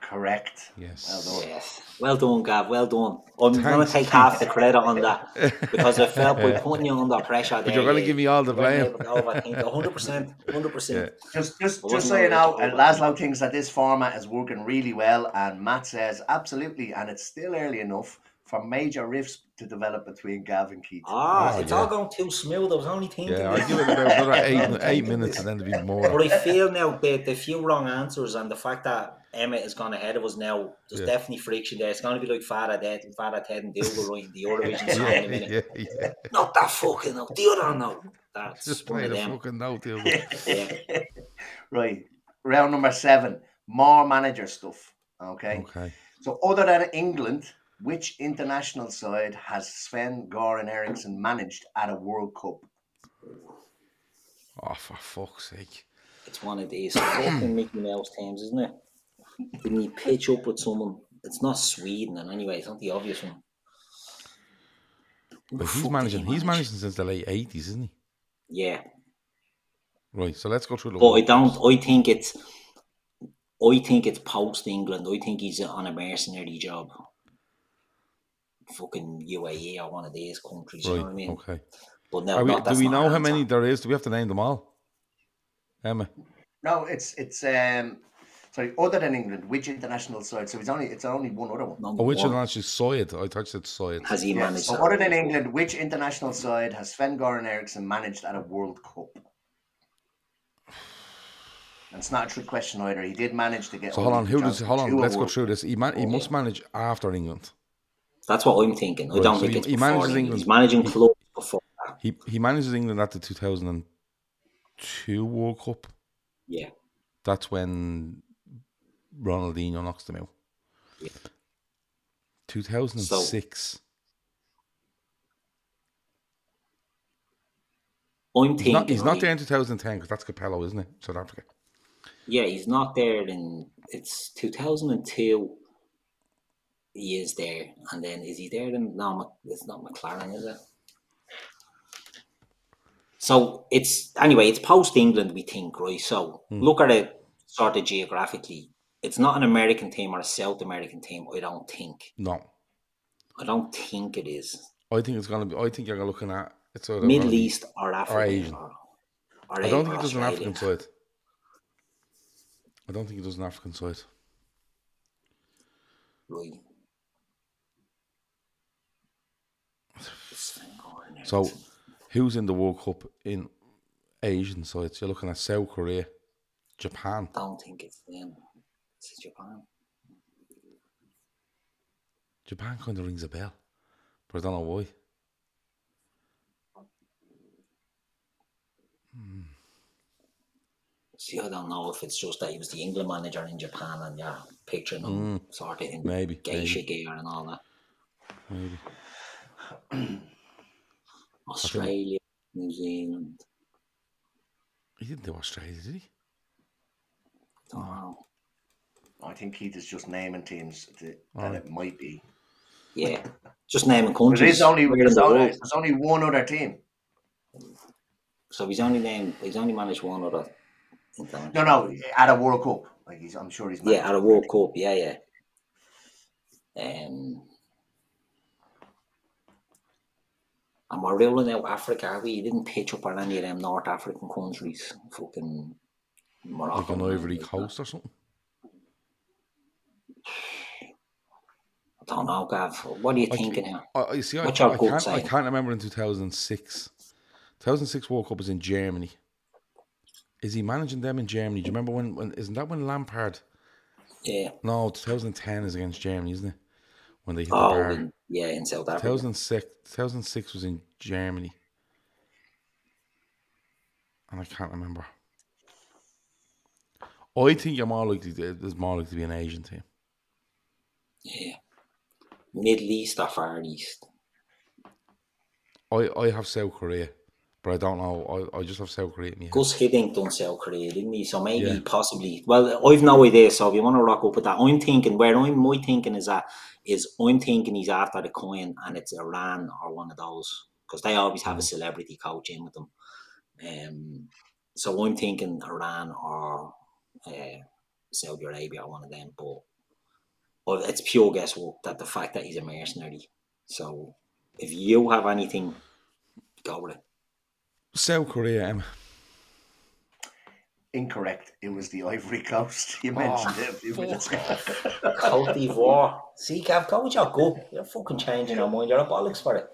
Correct.
Yes.
Well done.
Yes. Well done, Gav. Well done. I'm going
Oh. Thanks,
to take half the credit on that because I felt
(laughs)
by putting you under pressure there.
But you're going to
you-
give me all the
you weren't
blame.
able to overthink. 100%. 100%.
(laughs)
Just, just, just
Well, wasn't
so you
really
know,
sure
uh,
about
Laszlo thinks that this format is working really well, and Matt says absolutely, and it's still early enough for major rifts to develop between Gav and Keith.
Ah,
Oh,
it's
yeah.
all going too smooth. I was only thinking.
Yeah,
this.
I give it about another eight, eight minutes and then it'll be
But
more.
I feel now that the few wrong answers and the fact that Emmett has gone ahead of us now, there's
Yeah.
definitely friction there. It's going to be like Father Ted, Father Ted and
(laughs)
Dougal writing the Eurovision song in a minute.
Yeah, yeah.
Not that fucking note, the other note. That's
Just
one
play
of
the
them.
fucking note, dude.
Yeah.
Right, round number seven, more manager stuff. Okay?
Okay.
so other than England, which international side has Sven Goran Eriksson managed at a World Cup?
Oh, for fuck's sake.
It's one of these
(clears throat)
fucking Mickey Mouse teams, isn't it? When you pitch up with someone, it's not Sweden, and anyway, it's not the obvious one. Who the
But
fuck
he's
did
managing.
he manage?
He's managing since the late 80s, isn't he?
Yeah,
Right, so let's go through the
But I
World
don't.
Cups.
I think it's. I think it's post England. I think he's on a mercenary job. Fucking UAE or one of these countries. You know what I
Right,
mean?
okay.
But no,
Are we,
not-
do
that's
we
not
know
an
how many
answer.
there is? Do we have to name them all? Emma.
No, it's it's um, sorry, other than England, which international side? So it's only it's only one other one.
Number
Oh, which
one,
one actually saw it? I touched it, saw it.
has he
Yeah,
managed?
so
that?
other than England, which international side has Sven Goran Eriksson managed at a World Cup? And It's not a trick question either. He did manage to get.
So hold on, who does?
Johnson
Hold on,
to a
let's go
World
through this. He, man, he
Okay.
must manage after England.
That's what I'm thinking. I
Right,
don't
so
think
he-
it's
he
before
manages
England.
England.
He's managing
He-
clubs before that.
He he manages England at the 2002 World Cup.
Yeah.
That's when Ronaldinho knocks them out.
Yeah.
2006.
I'm
he's
thinking.
not, he's not
right?
there in 2010 because that's Capello, isn't it? South Africa.
Yeah, he's not there in it's 2002. He is there, and then is he there in no? Mc- It's not McLaren, is it? So it's anyway, it's post England, we think, right? So
Hmm.
look at it sort of geographically. It's not an American team or a South American team. I don't think.
No.
I don't think it is
I think it's going to be, I think you're looking at, it's either gonna
Middle
be-
East or Africa.
Asian.
Or, or
I
A-
don't think
or
it does an
Australia.
African side. I don't think it does an African side.
Right. It's been going there.
So, who's in the World Cup in Asian sides? You're looking at South Korea, Japan.
don't think it's them. It's Japan.
Japan kind of rings a bell, but I don't know why.
See, I don't know if it's just that he was the England manager in Japan and yeah, picturing him sort of in
Maybe,
geisha
maybe.
gear and all that.
Maybe.
(clears throat) Australia, New Zealand.
He didn't do Australia, did he?
Don't know.
I think Keith is just naming teams that, that it might be.
Yeah, just naming
But
countries.
it is only
where in
there's
the
only,
world.
there's only one other team.
So he's only named. He's only managed one other. international-
No, no, at a World Cup. Like he's, I'm sure he's.
Yeah, at a World Cup. Yeah, yeah. Um, and we're ruling out Africa. are We You didn't pitch up on any of them North African countries. Fucking
Like
Morocco.
an
and
Ivory
like that.
Coast or something?
I don't know, Gav. What are you
I
thinking
ca-
here?
I, I see. I,
What's
ca-
your
I
gut
can't. I
saying?
can't remember in two thousand six. Two thousand six World Cup was in Germany. Is he managing them in Germany? Do you remember when? when isn't that when Lampard?
Yeah.
No, two thousand ten is against Germany, isn't it? When they hit the
Oh,
bar.
in, yeah, in South Africa.
2006, 2006 was in Germany. And I can't remember. I think you're more likely to, there's more likely to be an Asian team.
Yeah. Middle East or Far East.
I, I have South Korea, but I don't know. I, I just have South Korea in my head.
Gus Hiddink done sell Korea, didn't he? So maybe
Yeah.
possibly. Well, I've no idea. So if you want to rock up with that, I'm thinking where I'm my thinking is that is I'm thinking he's after the coin and it's Iran or one of those because they always have a celebrity coach in with them. Um, so I'm thinking Iran or uh, Saudi Arabia or one of them. But well, it's pure guesswork that the fact that he's a mercenary. So if you have anything, go with it.
South Korea, Emma. (laughs)
Incorrect. It was the Ivory Coast. (laughs)
Oh,
You mentioned it a few minutes ago.
Cote d'Ivoire. See, Gav, go with your go. You're fucking changing your mind. You're a bollocks for it.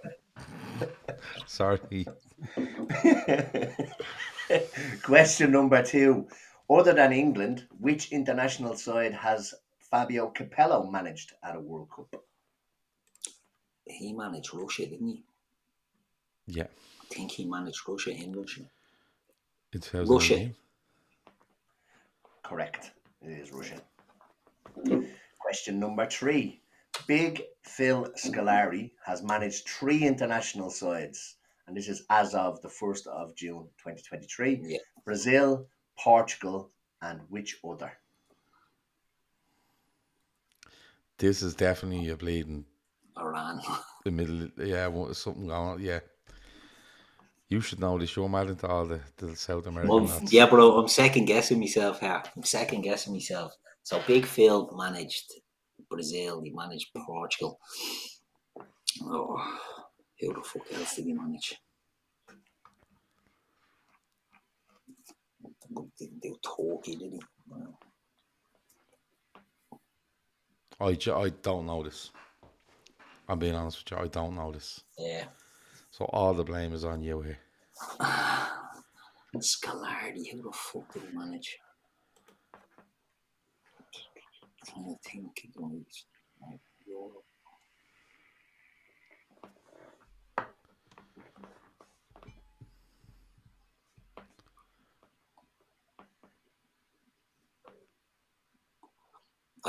Sorry.
(laughs) Question number two. Other than England, which international side has Fabio Capello managed at a World Cup?
He managed Russia, didn't he?
Yeah.
I think he managed Russia in Russia.
In
Russia.
2008.
Correct. It is Russia. Question number three. Big Phil Scolari has managed three international sides, and this is as of the 1st of June 2023
Yeah.
Brazil, Portugal, and which other?
This is definitely a bleeding
Iran.
the middle. Yeah, well, there's something going on. Yeah. You should know this. You're mad into all the, the South American
Well,
lads.
yeah, bro, I'm second guessing myself here. I'm second guessing myself. So Big Phil managed Brazil. He managed Portugal. Oh, who the fuck else did he manage? Didn't do Turkey, did he? No.
I, ju- I don't know this. I'm being honest with you. I don't know this.
Yeah.
So all the blame is on you here.
Scalardi, who the fuck did he manage? trying to think of those, like, Europe.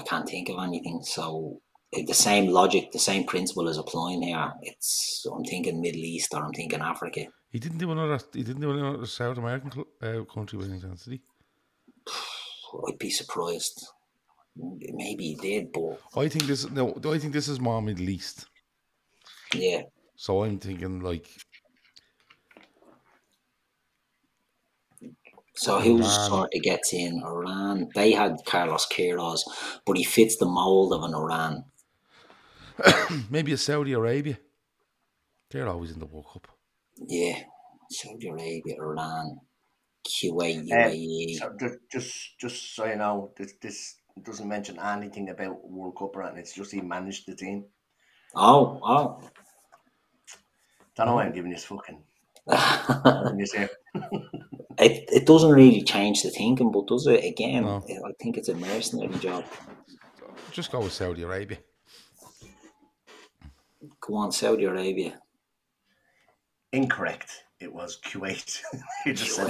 can't think of anything. So eh, the same logic, the same principle is applying here. It's I'm thinking Middle East or I'm thinking Africa.
He didn't do another. He didn't do another South American cl- uh, country by any chance, did he?
I'd be surprised. Maybe he did, but
I think this. No, I think this is more Middle East.
yeah,
So I'm thinking like (clears throat)
Oh,
So who's
Iran.
sort of gets in Iran? They had Carlos Queiroz, but he fits the mold of an Iran.
maybe a Saudi Arabia. They're always in the World Cup.
Yeah, Saudi Arabia, Iran, Kuwait, E.
Um,
UAE.
so ju- just, just so you know, this, this doesn't mention anything about World Cup or anything. It's just he managed the team.
oh, oh.
Don't know why
Mm-hmm.
I'm giving this
(laughs)
fucking. this here.
it, it doesn't really change the thinking, but does it? Again,
No.
I think it's a mercenary job.
Just go with Saudi Arabia.
Go on, Saudi Arabia.
Incorrect. It was Kuwait. (laughs) you just said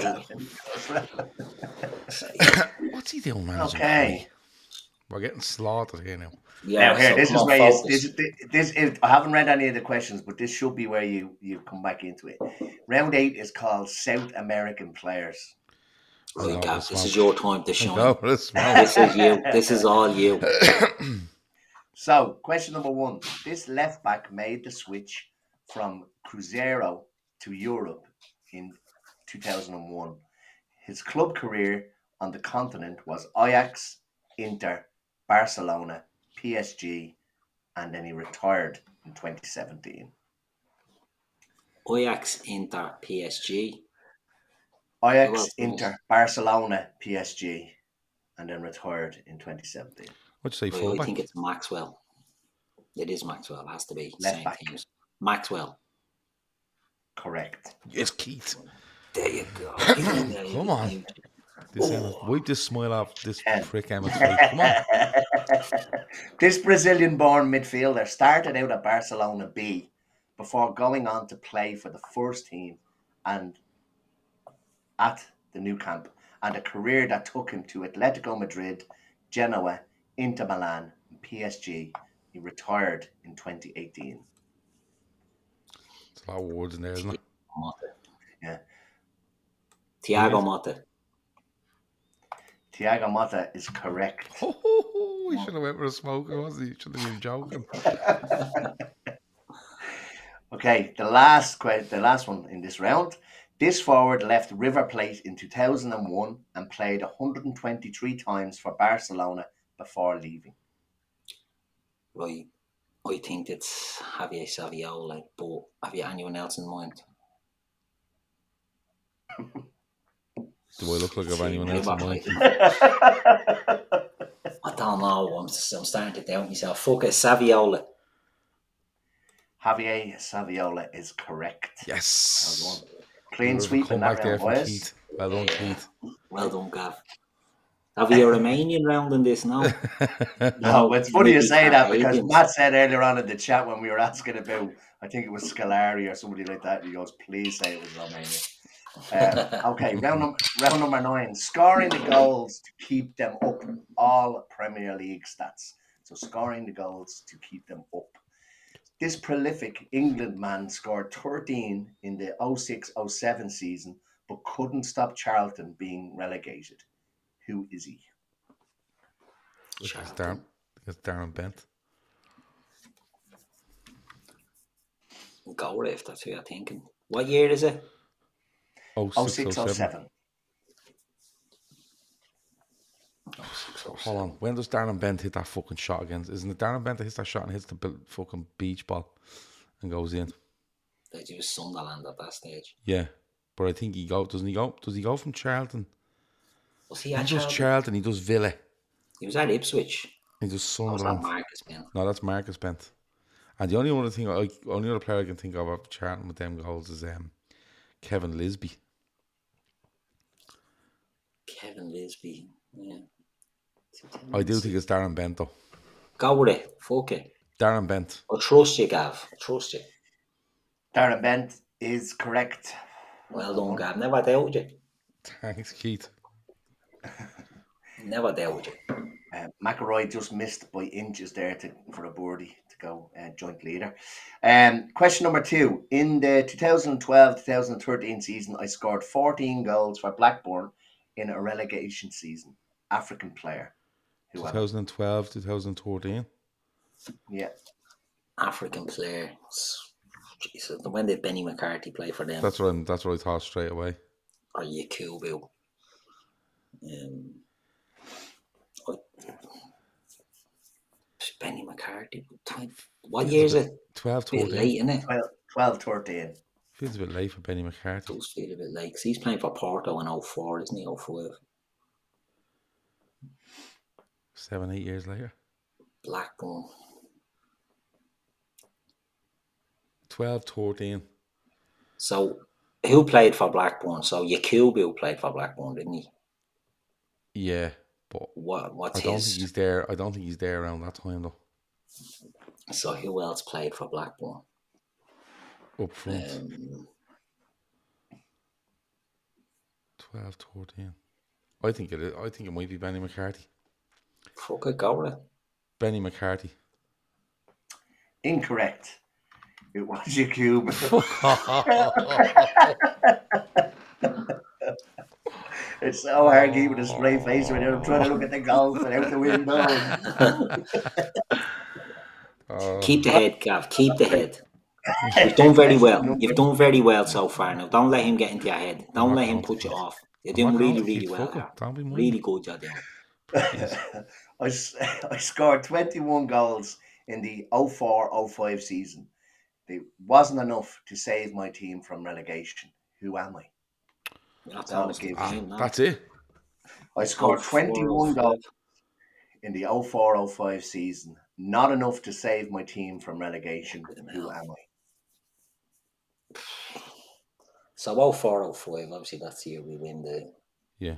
that.
What's he doing, man?
okay.
We're getting slaughtered here now.
(laughs) Yeah,
now here,
so
this
come
is
on,
where you,
focus.
this, this is. I haven't read any of the questions, but this should be where you you come back into it. Round eight is called South American players.
Right,
Oh,
No,
Gav,
it's
this
not.
is your time to shine.
No, that's
This is (laughs) you. This is all you.
So, question number one: This left back made the switch from Cruzeiro to Europe in 2001. His club career on the continent was Ajax, Inter, Barcelona, PSG, and then he retired in 2017.
Ajax, Inter, PSG.
Ajax,
Well,
Inter, Barcelona, PSG, and then retired in 2017.
What'd you say,
Well, I
fullback?
think it's Maxwell. It is Maxwell. It has to be
Left
same
back.
teams. Maxwell.
Correct.
Yes, Keith.
(coughs) There you go.
Come on. This Emma- wipe this smile off this
Ten.
prick Emmett. Come on.
(laughs) this Brazilian born midfielder started out at Barcelona B before going on to play for the first team and at the new camp, and a career that took him to Atletico Madrid, Genoa, Inter Milan, and PSG. He retired in 2018.
There's a lot of words in there, isn't (laughs) it?
Mata.
Yeah.
Thiago Mata.
Thiago Motta is correct.
Ho, ho, ho. He Oh, should have went for a smoke, wasn't he? Should have been joking.
Okay, the last question, the last one in this round. This forward left River Plate in 2001 and played 123 times for Barcelona before leaving.
Right. I think it's Javier Saviola, but have you anyone else in mind?
Do I look like I've anyone else in mind?
I don't know. I'm, s- I'm starting to doubt myself. Fuck it, Saviola.
Javier Saviola is correct.
Yes.
Clean sweep in
Come
that
back there
round,
from
boys.
Keith. Well done, Keith.
Well done, Gav. Have you a
(laughs)
Romanian round in this now?
(laughs) No, it's funny you
Maybe
say that because
Canadians.
Matt said earlier on in the chat when we were asking about, I think it was Scolari or somebody like that. He goes, "Please say it was Romania." (laughs) Um, okay, round number round number nine, scoring the goals to keep them up. All Premier League stats. So scoring the goals to keep them up. This prolific England man scored 13 in the 06-07 season, but couldn't stop Charlton being relegated. Who is he?
It's Darren, it's Darren Bent.
Go if that's who you're thinking. What year is it?
oh,
06, 07.
06-07.
Hold on. When does Darren Bent hit that fucking shot again? Isn't it Darren Bent that hits that shot and hits the bil- fucking beach ball and goes in?
That you was Sunderland at that stage.
Yeah. But I think he go doesn't he go does he go from Charlton?
Was he
He
at
does
Charlton?
Charlton, he does Villa.
He was at Ipswich.
He does
That was at
Sunderland.
Marcus Ben.
No, that's Marcus Bent. And the only other thing I only other player I can think of after Charlton with them goals is um Kevin Lisby.
Kevin Lisby. Yeah.
I do think it's Darren Bent though.
Go with it. Fuck it.
Darren (laughs) Bent.
I trust you, Gav. I trust you.
Darren Bent is correct.
Well done, Gav. Never doubted you.
Thanks, Keith.
Never doubted you.
Uh, McElroy just missed by inches there to, for a birdie to go uh, joint leader. Um, question number two. In the 2012 2013 season, I scored 14 goals for Blackburn in a relegation season. African player. Who am I?
2012, 2014.
Yeah.
African player. Jesus, when did Benny McCarthy play for them?
That's what I'm, that's what I thought straight away.
Or Yakubu? Um, I- Benny McCarthy. what time- What year is it?
12,
It's a bit
13.
late, isn't it?
12, 12 13.
Feels a bit late for Benny McCarthy.
Does feel a bit late. 'cause he's playing for Porto in 04, isn't he? 05.
Seven, eight years later.
Blackburn.
12, 13.
So, who played for Blackburn? So, Yakubu played for Blackburn, didn't he?
Yeah, but
What? What's
I don't think
his?
he's there. I don't think he's there around that time though.
So, who else played for Blackburn?
Up front,
Um,
12, 13. I think it. Is, I think it might be Benny McCarthy.
fuck it, go with it.
Benny McCarthy.
Incorrect. It was Yakubu. It's so hard to keep with a straight face when you're trying to look at the goals and out the window. (laughs)
Oh,
Keep the head, Gav. Keep the head. You've done
(laughs)
very well. You've done very well so far. Now, don't let him get into your head. Don't let him put you off. You're
I'm
doing
not
really,
going to
really
keep
well.
fucking. Mm.
Gav.
Don't be minding. (laughs)
Really good, you're doing.
I, s- I scored 21 goals in the 04 05 season. It wasn't enough to save my team from relegation. Who am I?
You're not
That'll
honest with
give
the
Ah,
game, no.
that's it.
I scored
Oh,
21
four.
goals in the 04 05 season. Not enough to save my team from relegation. Who am I?
So 04, 05, obviously that's the year we win the
Yeah,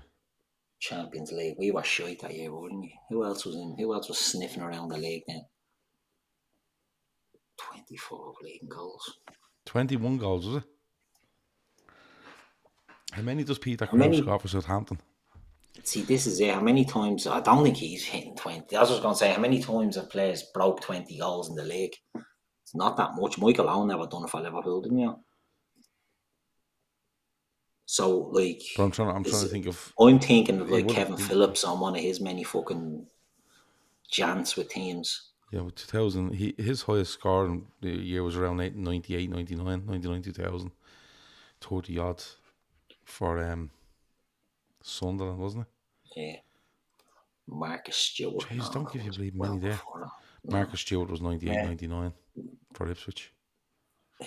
Champions League. We were shite that year, weren't we? Who else was in? Who else was sniffing around the league then? 24 league goals.
twenty-one goals was it? How many does Peter
How
Crouch
many-
score for Southampton?
See, this is it. How many times? I don't think he's hitting 20. That's what I was going to say. How many times have players broke 20 goals in the league? It's not that much. Michael Owen never done it for Liverpool, didn't you? So, like,
But I'm trying. I'm trying to
Is-
think of.
I'm thinking of
He
like
would've
Kevin
been-
Phillips on one of his many fucking jants with teams.
Yeah, with 2000, he, his highest score in the year was around eight- 98, 99, 99, 2000. 30 yards for um, Sunderland, wasn't it?
Yeah. Marcus Stewart.
Jeez,
no,
don't
that
give you
was
bleeding
well
money there.
before that.
Marcus Stewart was 98,
Yeah.
99 for Ipswich.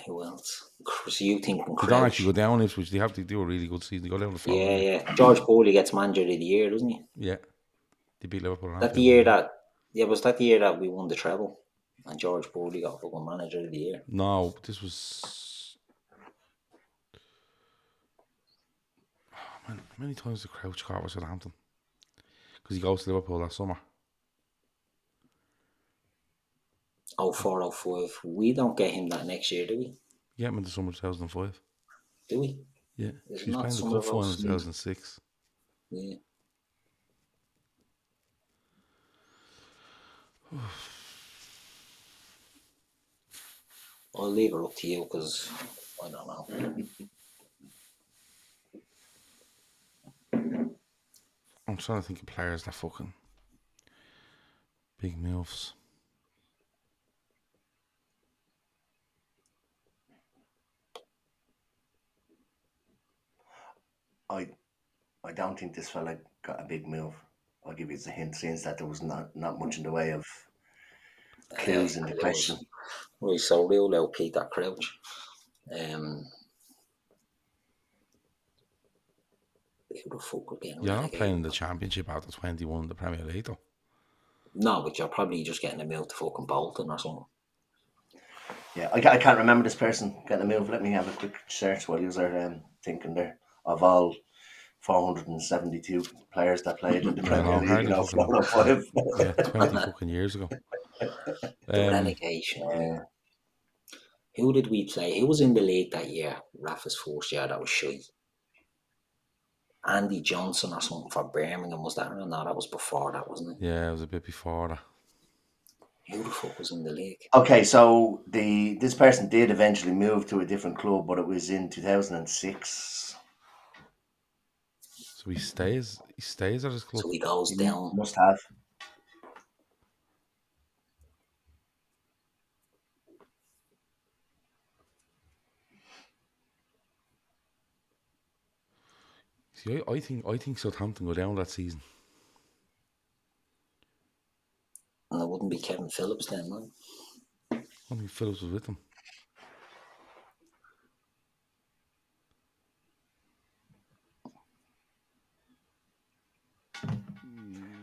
Who else? Chris, you thinking
They
Crouch?
don't actually go down Ipswich. They have to do a really good season. They go down the following
yeah,
year.
yeah. George Bowley gets manager of the year, doesn't he?
Yeah. They beat er Liverpool. and
That the
Anfield.
year that yeah, was that the year that we won the treble and George Bowley got fucking manager of the year.
No, this was. Oh, man, how many times did Crouch caught with Southampton? Because he goes to Liverpool that summer.
04, 05. We don't get him that next year, do we?
You get him in the summer 2005.
Do we?
Yeah,
There's
she was
not
playing the
some
cup
of
final in
us-
2006.
Yeah. I'll leave it up to you because I don't know.
I'm trying to think of players that fucking big moves.
I, I don't think this fella got a big move. I'll give you the hint, since that there was not, not much in the way of clues in the
Close.
question.
Right, so real low Peter Crouch. Um, who the fuck were getting
You're not
relegated?
playing in the championship after 21 in the Premier League, though.
No, but you're probably just getting a meal to fucking Bolton or something.
Yeah, I, ca- I can't remember this person getting a move. Let me have a quick search while you're um, thinking there of all 472 players that played in the
Yeah,
Premier
no,
League.
hardly
You know,
fucking-
four or five. (laughs)
Yeah, 20 fucking years ago.
The
Um,
relegation.
Yeah.
Who did we play? Who was in the league that year? Rafa's first year. That was shy. Andy Johnson or something for Birmingham. Was that around? No, that was before that, wasn't it?
Um, Yeah, it was a bit before that.
Who the fuck was in the league?
Okay, so the this person did eventually move to a different club, but it was in 2006.
So he stays. He stays at his club.
So he goes down.
Must have.
See, I, I think I think Southampton go down that season.
And it wouldn't be Kevin Phillips then, no?
I think Phillips was with them.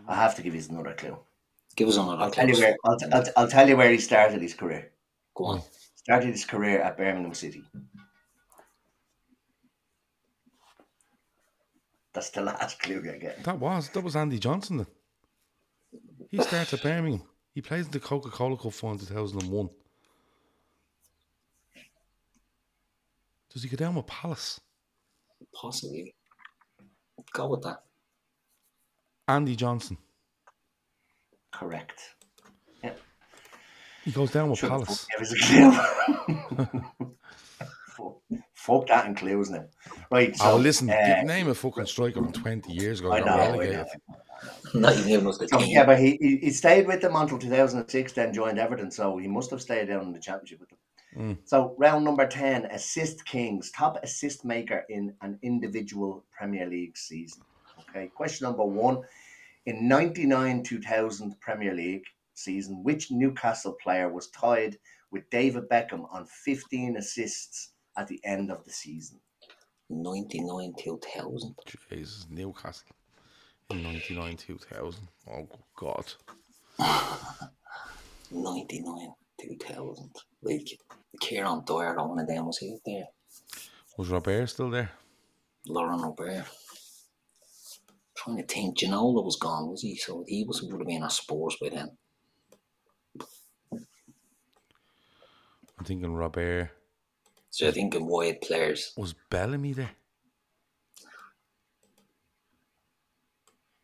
I have to give you another clue.
Give us another
I'll tell you
clue.
where. I'll, I'll, I'll tell you where he started his career.
Go on.
Started his career at Birmingham City. That's the last clue I get.
That was that was Andy Johnson. Then. He starts at Birmingham. He plays in the Coca Cola Cup final two thousand and one. Does he go down with Palace?
Possibly. Go with that.
Andy Johnson.
Correct.
He goes down with
Should've
Palace.
fucking given us a (laughs) clue. fuck, fuck that and clues now. Right. So,
oh, listen,
uh,
get- name a fucking striker from twenty years ago.
I
got
know, I know.
relegated.
Not even giving us the
So,
team.
yeah, but he, he he stayed with them until 2006, then joined Everton. So he must have stayed down in the championship with them. So round number 10, assist kings, top assist maker in an individual Premier League season. Okay, question number one. In 99 2000 Premier League season, which Newcastle player was tied with David Beckham on 15 assists at the end of the season?
99 2000.
Jesus, Newcastle in 99 2000. Oh, God.
99 2000. Like, Kieran Dyer, that one of them was he there.
Was Robert still there?
Lauren O'Brien. Trying to think, Ginola was gone, was he? So he was would have been at Spurs by then.
I'm thinking Robert.
So I think in wide players,
Was Bellamy there?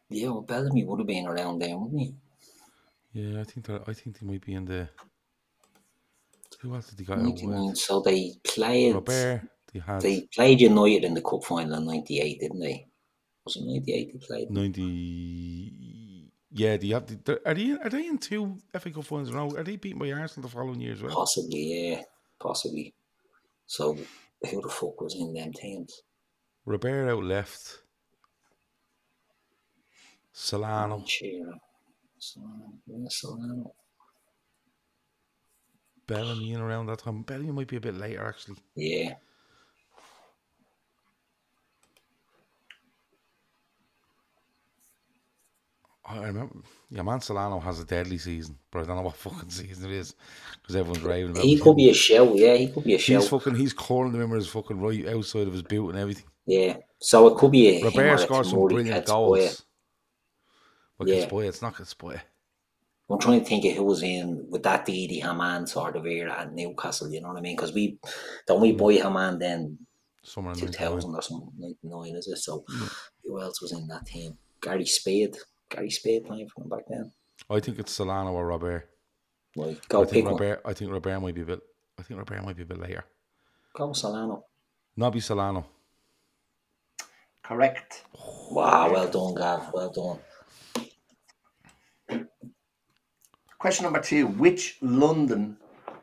yeah, well, Bellamy would have been around then, wouldn't he?
Yeah, I think that I think they might be in the. Who else did they got out
99.
Uh, with?
So they played.
Robert. They had
They played United in the cup final in '98, didn't they? Was it '98 they played?
90. Yeah, they have. The, are they? Are they in two FA Cup finals now? Are they beaten by Arsenal the following year as well?
Possibly, yeah, possibly. So who the fuck was in them teams?
Robert out left. Solano.
Shearer, Solano, yeah, Solano.
Bellamy in around that time. Bellamy might be a bit later actually.
Yeah,
I remember, yeah, man, Solano has a deadly season, but I don't know what (laughs) fucking season it is because everyone's raving about
he
him.
could be a shell. Yeah, he could be a shell.
He's fucking, he's calling the members fucking right outside of his boot and everything.
Yeah, so it could be a. him or a
Robert scored some
Tomori
brilliant
Pets, but, yeah.
goals. But
Yeah.
yeah. boy, it's not Kaspoya.
I'm trying to think of who was in with that Didi Haman sort of era at Newcastle. You know what I mean? Because we don't
Mm.
we boy Haman then
Somewhere in
2000
2000.
or something, 99, is it? So,
Mm.
who else was in that team? Gary Spade. Gary Spade playing for them back then.
I think it's Solano or Robert.
Like, go
I
pick
think
one.
Robert. I think Robert might be a bit. I think Robert might be a bit later.
Go Solano.
Nobby Solano.
Correct.
Wow, well done, Gav. Well done.
Question number two Which London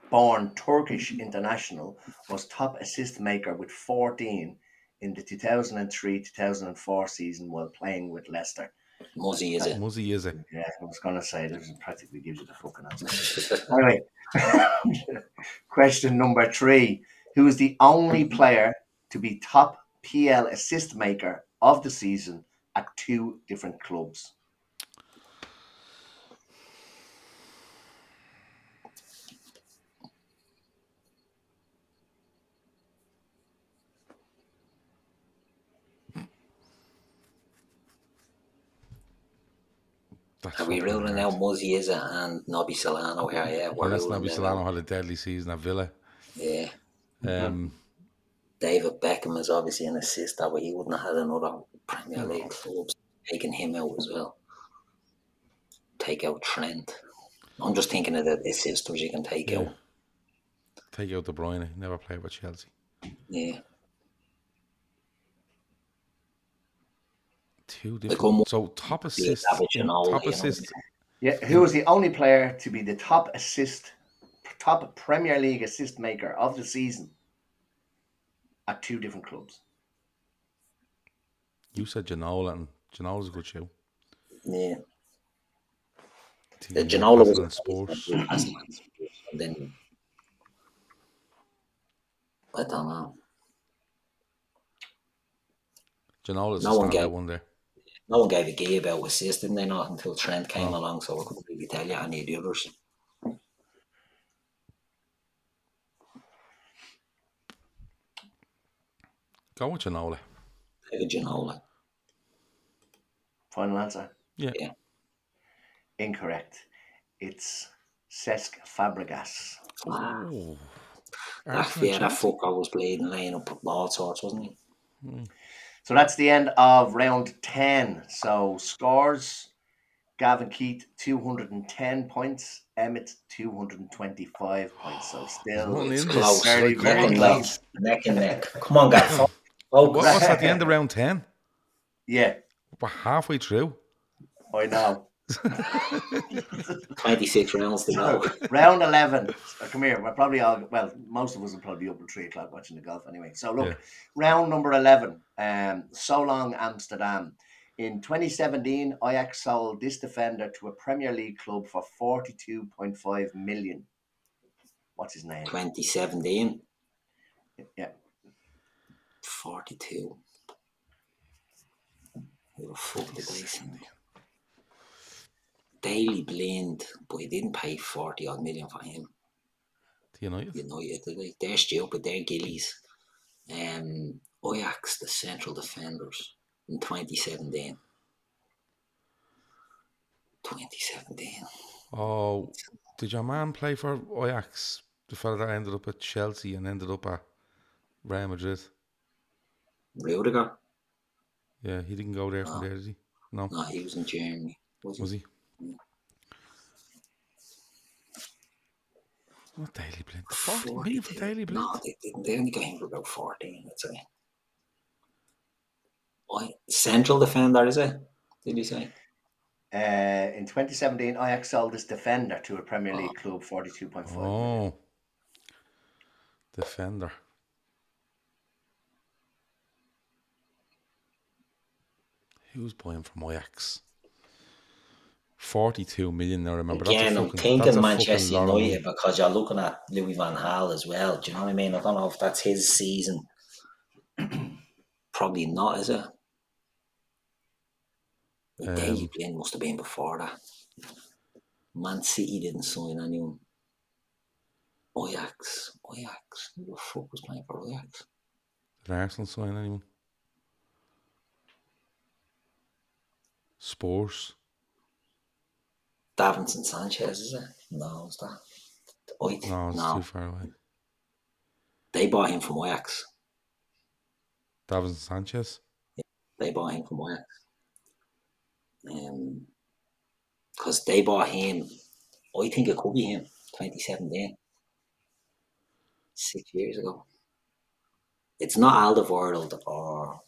born Turkish international was top assist maker with 14 in the 2003 2004 season while playing with Leicester?
Muzzy, is it?
Muzzy is it?
Yeah, I was going to say this practically gives you the fucking answer.
(laughs)
anyway, (laughs) question number three Who is the only player to be top PL assist maker of the season at two different clubs?
That's
Are we
fucking
ruling
hard.
out Muzzy, is it? And Nobby Solano here, yeah. We're
Unless
ruling
Nobby
them out. Mm-hmm.
Solano had a deadly season at Villa.
Yeah.
Um,
David Beckham. Beckham is obviously an assist that way he wouldn't have had another Premier League club taking him out as well. Take out Trent. I'm just thinking of the assisters you can take out.
Take out De Bruyne. he Never played with Chelsea.
Yeah.
Two
almost
different. So top
be
assist.
average and all,
Top
you know.
assist.
Yeah, who was the only player to be the top assist, top Premier League assist maker of the season at two different clubs?
You said Janola, and Janola's a good show.
Yeah.
Team
The Ginola was
Newcastle and Spurs.
And then I don't know.
Janola's
No
no
one
a
gave-
standout one there.
No one gave a gay about assist, didn't they? Not until Trent came along, so I couldn't really tell you any of the others.
Go with Janola.
David Ginola.
Final answer.
Yeah.
Yeah.
Incorrect. It's Cesc Fabregas.
Oh.
That, yeah, that fucker was bleeding, laying up all sorts, wasn't he?
So that's the end of round 10. So scores Gavin Keith 210 points, Emmett 225 points.
(sighs)
So still
Nothing
it's
in
this.
close. Very,
Like,
very
come on,
close.
Neck and neck. Come
(laughs)
on, guys. fo-
What,
Focus.
what's at the
(laughs)
end of round 10?
Yeah,
We're halfway through.
I know.
26 rounds to go.
round 11. Uh, Come here. We're probably all, well, most of us will probably be up at three o'clock watching the golf anyway. So, look,
Yeah.
round number 11, um, So Long Amsterdam. In 2017, Ajax sold this defender to a Premier League club for 42.5 million. What's his name?
2017,
Yeah.
42. Who the fuck did they send? Daily blind, but he didn't pay 40 odd million for him.
To United.
United, did they? They're stupid, they're gillies. Um, Ajax, the central defenders in 2017. 2017.
Oh, did your man play for Ajax? The fella that ended up at Chelsea and ended up at Real Madrid.
Rudiger?
Yeah, he didn't go there from there, did he? No.
No, he was in Germany. Was he?
Was he? Not Daily Blind. 40 million for
42.
Daily Blind.
No, they didn't. They only got him for about 14, I'd say. What? Central defender, is it? Did you say?
Uh, in 2017, Ajax sold this defender to a Premier League club 42.5 million.
Oh. Defender. Who's buying from Ajax? 42 million, I remember. That's a
Again, I'm
fucking- that's a
thinking
fucking
Manchester
lot of money.
United because you're looking at Louis Van Gaal as well. Do you know what I mean? I don't know if that's his season. (clears throat) Probably not, is it? Um, Daily
Um,
Blind must have been before that. Man City didn't sign anyone. Ajax, Ajax. Who the fuck was playing for Ajax?
Did Arsenal sign anyone? Spurs.
Davinson Sanchez, is it? No, it's that. Oh, he-
No,
no,
it's too far away.
they bought him from Ajax.
Davinson Sanchez.
They bought him from Ajax. Um, because they bought him. I think it could be him. 2017, six years ago. It's not Alderweireld or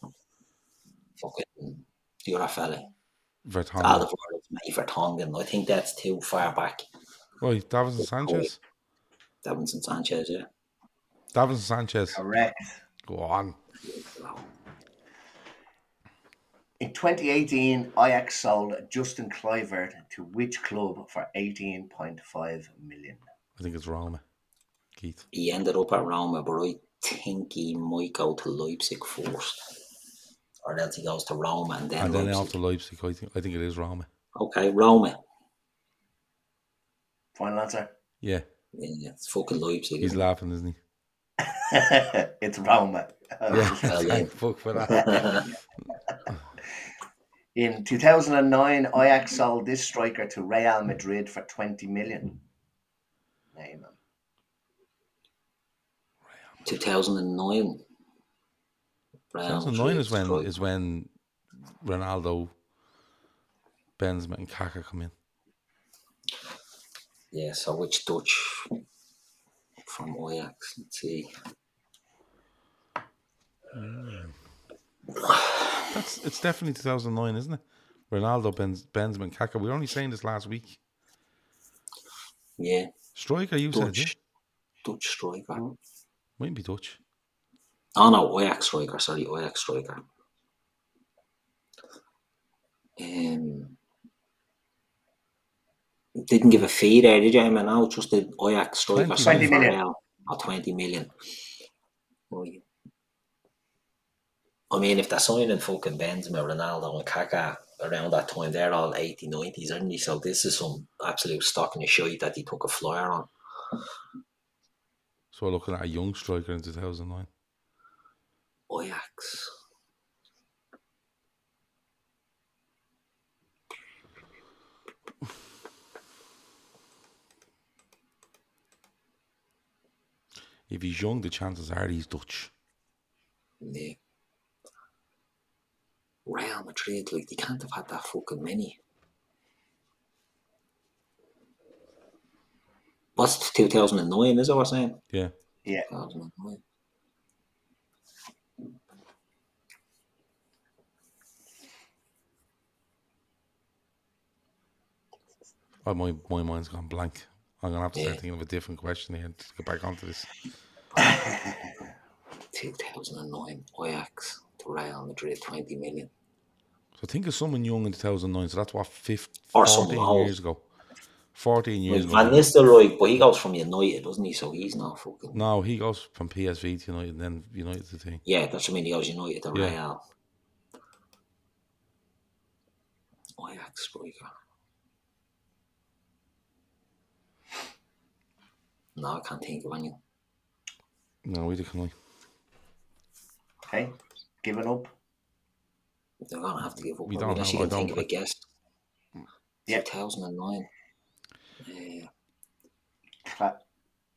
fucking the other fella. Ah,
Vertonghen.
Alderweireld's mate for Tongan. I think that's too far back.
Wait, Davinson Sanchez?
Davinson Sanchez, yeah.
Davinson Sanchez.
Correct.
Go on.
In 2018, Ajax sold Justin Kluivert to which club for 18.5 million?
I think it's Roma. Keith.
he ended up at Roma, but I think he might go to Leipzig first, or else he goes to Roma and then,
And then
Leipzig.
after Leipzig, I think I think it is Roma.
Okay, Roma.
Final answer. (laughs)
Yeah,
Yeah, it's fucking Leipzig.
he's
Isn't
laughing, isn't he?
it's Roma.
(laughs) Yeah,
yeah.
thank fuck for (laughs) that.
(laughs)
In 2009, Ajax sold this striker to Real Madrid for 20 million. Name him.
it? 2009. Brown.
2009 is
Giroud,
when
Troy.
is when Ronaldo, Benzema, and Kaka come in.
Yeah, so which Dutch from Ajax? Let's see.
That's it's definitely 2009, isn't it? Ronaldo, Benz, Benzema, and Kaka. We were only saying this last week.
Yeah,
Striker, you said, yeah?
Dutch. Dutch striker.
Might be Dutch.
Oh no, Ajax striker. Sorry, Ajax striker. Um, didn't give a fee there, did you? I mean, no, just the Ajax striker.
20
signed
million.
for, uh, Or twenty million. Oh, yeah. I mean, if they're signing fucking Benzema, Ronaldo, and Kaká around that time, they're all 80, 90s, aren't they? So this is some absolute stock in the shite that he took a flyer on.
So we're looking at a young striker in 2009.
Ajax.
If he's young, the chances are he's Dutch.
Yeah. Real Madrid, like they can't have had that fucking many. What's two thousand and nine? Is that what I'm saying?
Yeah.
Yeah.
2009.
Oh, my, my mind's gone blank. I'm going to have to start
Yeah.
thinking of a different question here to get back onto this.
2009 Ajax to Real Madrid, twenty million.
So think of someone young in 2009. So that's what, 15,
Or someone
14
old.
years ago. 14 years
Like
ago.
Van Nistelrooy, but he goes from United, doesn't he? So he's not fucking.
No, he goes from PSV to United, and then United to team.
Yeah, that's what I mean. He goes United to
Yeah.
Real. Ajax striker. No, I can't think of any.
No, either can I.
Okay. Giving up.
They're gonna have to give up
We
on
don't
me unless
know,
you
I
can think
don't
of a guess.
Yeah.
2009. Yeah.
Cla-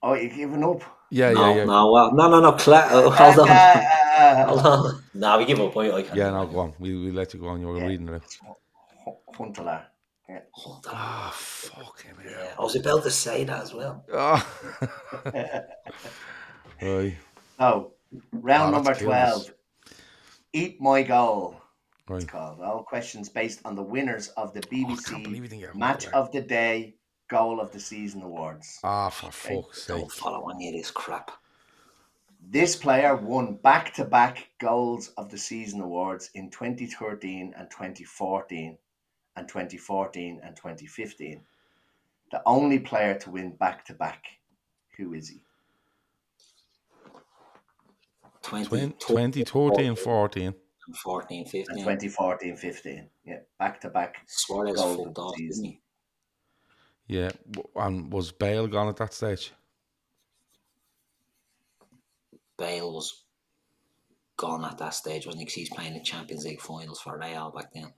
Oh, you're giving up.
Yeah,
no,
yeah, yeah.
no, well, no, no, no, Cla- oh, hold on.
Ah,
Hold on. No, we give up. I, I can't.
Yeah, no, go on. We, we let you go on. You were
Yeah.
reading it.
(laughs)
out.
uh, Huntelaar. (laughs) Yeah.
Hold on.
Ah, fucking
Yeah, I was about to say that as well.
hell. right,
So, round
Ah,
number
let's kill this.
12. Eat my goal.
right.
It's called. All questions based on the winners of the
Oh, I can't believe
BBC
you didn't get one
Match
there.
of the Day Goal of the Season awards.
Ah, for fuck's sake.
Don't follow any of this crap.
This player won back to back Goals of the Season awards in 2013 and 2014, and 2014 and 2015. The only player to win back to back. Who is he?
20,
20, 2013, 14.
14,
And
15.
2014 15. Yeah, back to back.
Suarez
Golden
fucked off,
season.
didn't he?
Yeah, w- and was Bale gone at that stage?
Bale was gone at that stage, wasn't he? 'Cause he's playing the Champions League finals for Real back then.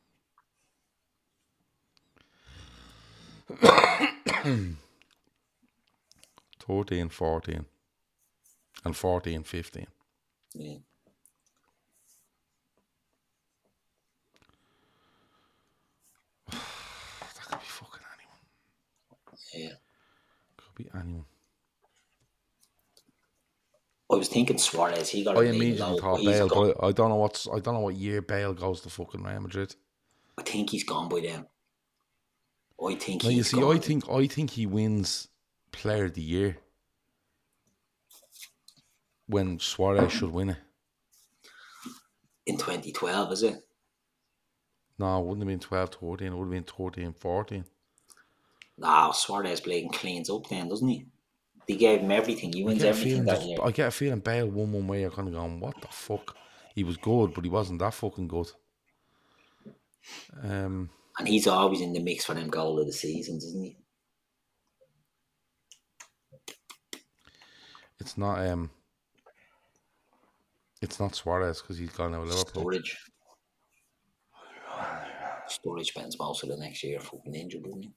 Thirteen, fourteen, and fourteen, fifteen.
Yeah.
That could be fucking anyone.
yeah.
Could be anyone.
I was thinking Suarez. He got
I
a big
immediately
low, but
thought
he's
Bale,
gone.
but I don't know what's I don't know what year Bale goes to fucking Real Madrid.
I think he's gone by then. I think
Now
he's
you see,
gone.
I think I think he wins Player of the Year when Suarez should win it.
in 2012, is it?
No, it wouldn't have been 12, 13. It would have been 13, 14.
No, Suarez playing cleans up then, doesn't he? They gave him everything. He
I
wins
get a
everything
feeling
that
that-
year.
I get a feeling Bale won one way. I kind of going, what the fuck? He was good, but he wasn't that fucking good. Um,
And he's always in the mix for them goal of the seasons, isn't he?
it's not um, it's not Suarez because he's gone out of Liverpool.
Storage. Storage spends most of the next year fucking injured, doesn't he?